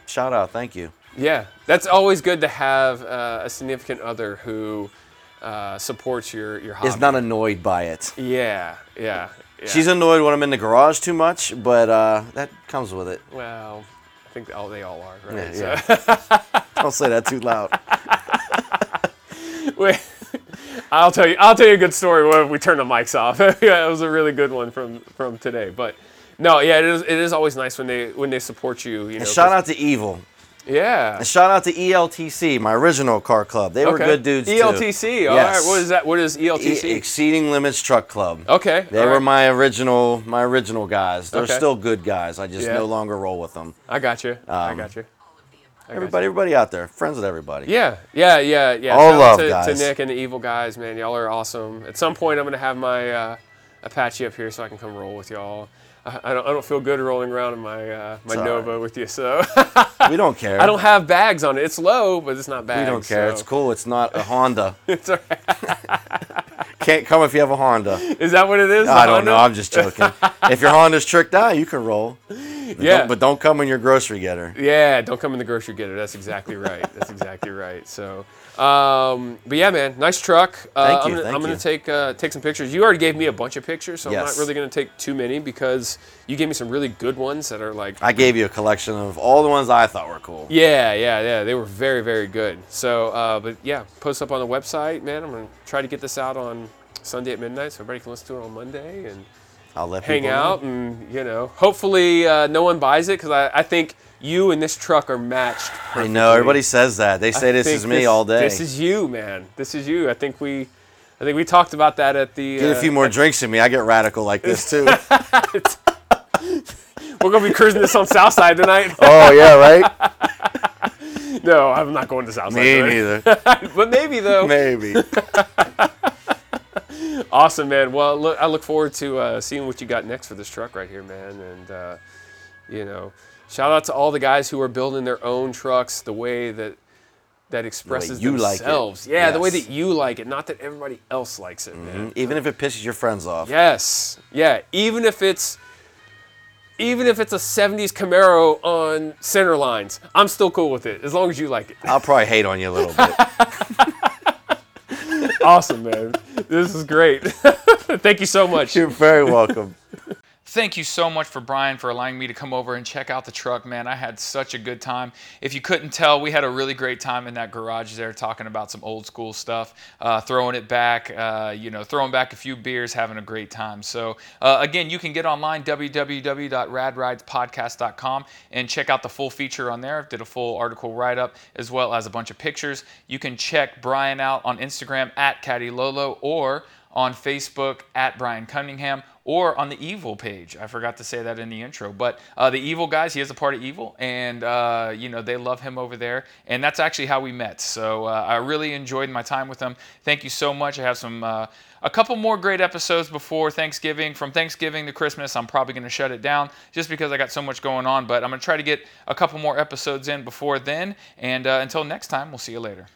Shout out. Thank you.
Yeah, that's always good to have uh, a significant other who uh, supports your your hobby.
Is not annoyed by it.
yeah, yeah, yeah.
She's annoyed when I'm in the garage too much, but uh, that comes with it.
well. I think all they all are, right?
Yeah,
So-
yeah. Don't say that too loud.
Wait, I'll tell you. I'll tell you a good story when we turn the mics off. yeah, it was a really good one from from today. But no, yeah, it is. It is always nice when they when they support you. You know,
And shout out to Evil.
Yeah.
And shout out to E ELTC, my original car club. They were
Okay. E
good dudes
ELTC.
too.
All right.
Yes.
What is that? What is ELTC?
E- Exceeding Limits Truck Club.
okay.
They
all
were
right.
my original, my original guys. They're
Okay.
still good guys. I just
Yeah.
no longer roll with them.
I got you.
Um,
I got you. I got
Everybody,
you.
everybody out there, friends with everybody.
Yeah, yeah, yeah, yeah.
All
Shout out
love,
to,
guys.
to Nick and the Evil guys, man. Y'all are awesome. At some point, I'm gonna have my uh, Apache up here so I can come roll with y'all. I, I don't. I don't feel good rolling around in my uh, my
It's all
Nova with you, so.
We don't care.
I don't have bags on it. It's low, but it's not bags.
We don't care.
so-
It's cool. It's not a Honda.
It's all right.
Can't come if you have a Honda.
Is that what it is?
I don't
Honda?
know. I'm just joking. if your Honda's tricked out, you can roll. But
yeah.
Don't, but don't come when you're grocery getter.
yeah, don't come in the grocery getter. That's exactly right. That's exactly right. So, um, but yeah, man, nice truck. Uh,
Thank
I'm
you,
gonna,
thank
I'm gonna
you.
take uh, take some pictures. You already gave me a bunch of pictures, so I'm
Yes.
not really gonna take too many because you gave me some really good ones that are like.
I gave you a collection of all the ones I thought were cool.
yeah, yeah, yeah. They were very, very good. So, uh, but yeah, post up on the website, man. I'm gonna try to get this out on Sunday at midnight, so everybody can listen to it on Monday and
I'll let
hang
people know.
out and you know. Hopefully, uh, no one buys it because I, I think you and this truck are matched.
I
Perfectly.
know everybody says that. They say
I
this
think
is me
this-
all day.
This is you, man. This is you. I think we, I think we talked about that at the.
Get a
uh,
few more drinks than me. I get radical like this too.
We're gonna be cruising this on Southside tonight.
oh yeah, right.
No, I'm not going to Southside.
Me
tonight.
neither.
But maybe though.
Maybe.
Awesome, man. Well, look, I look forward to uh, seeing what you got next for this truck right here, man. And uh, you know, shout out to all the guys who are building their own trucks the way that that expresses
you like it.
themselves. yeah, the way
Yes. Mm-hmm.
that you like it, not that everybody else likes it, man.
Even if it pisses your friends off.
Yes, yeah. Even if it's even if it's a '70s Camaro on center lines, I'm still cool with it as long as you like it.
I'll probably hate on you a little bit.
awesome, man. This is great. Thank you so much.
You're very welcome.
Thank you so much for Brian for allowing me to come over and check out the truck, man. I had such a good time. If you couldn't tell, we had a really great time in that garage there talking about some old school stuff, uh, throwing it back, uh, you know, throwing back a few beers, having a great time. So, uh, again, you can get online www.radridespodcast.com and check out the full feature on there. Did a full article write up as well as a bunch of pictures. You can check Brian out on Instagram at Caddy Lolo or on Facebook at Brian Cunningham or on the Evil page. I forgot to say that in the intro, but uh, the Evil guys, he is a part of Evil, and uh, you know they love him over there, and that's actually how we met. So uh, I really enjoyed my time with him. Thank you so much. I have some uh, a couple more great episodes before Thanksgiving. From Thanksgiving to Christmas, I'm probably going to shut it down just because I got so much going on. But I'm going to try to get a couple more episodes in before then. And uh, until next time, we'll see you later.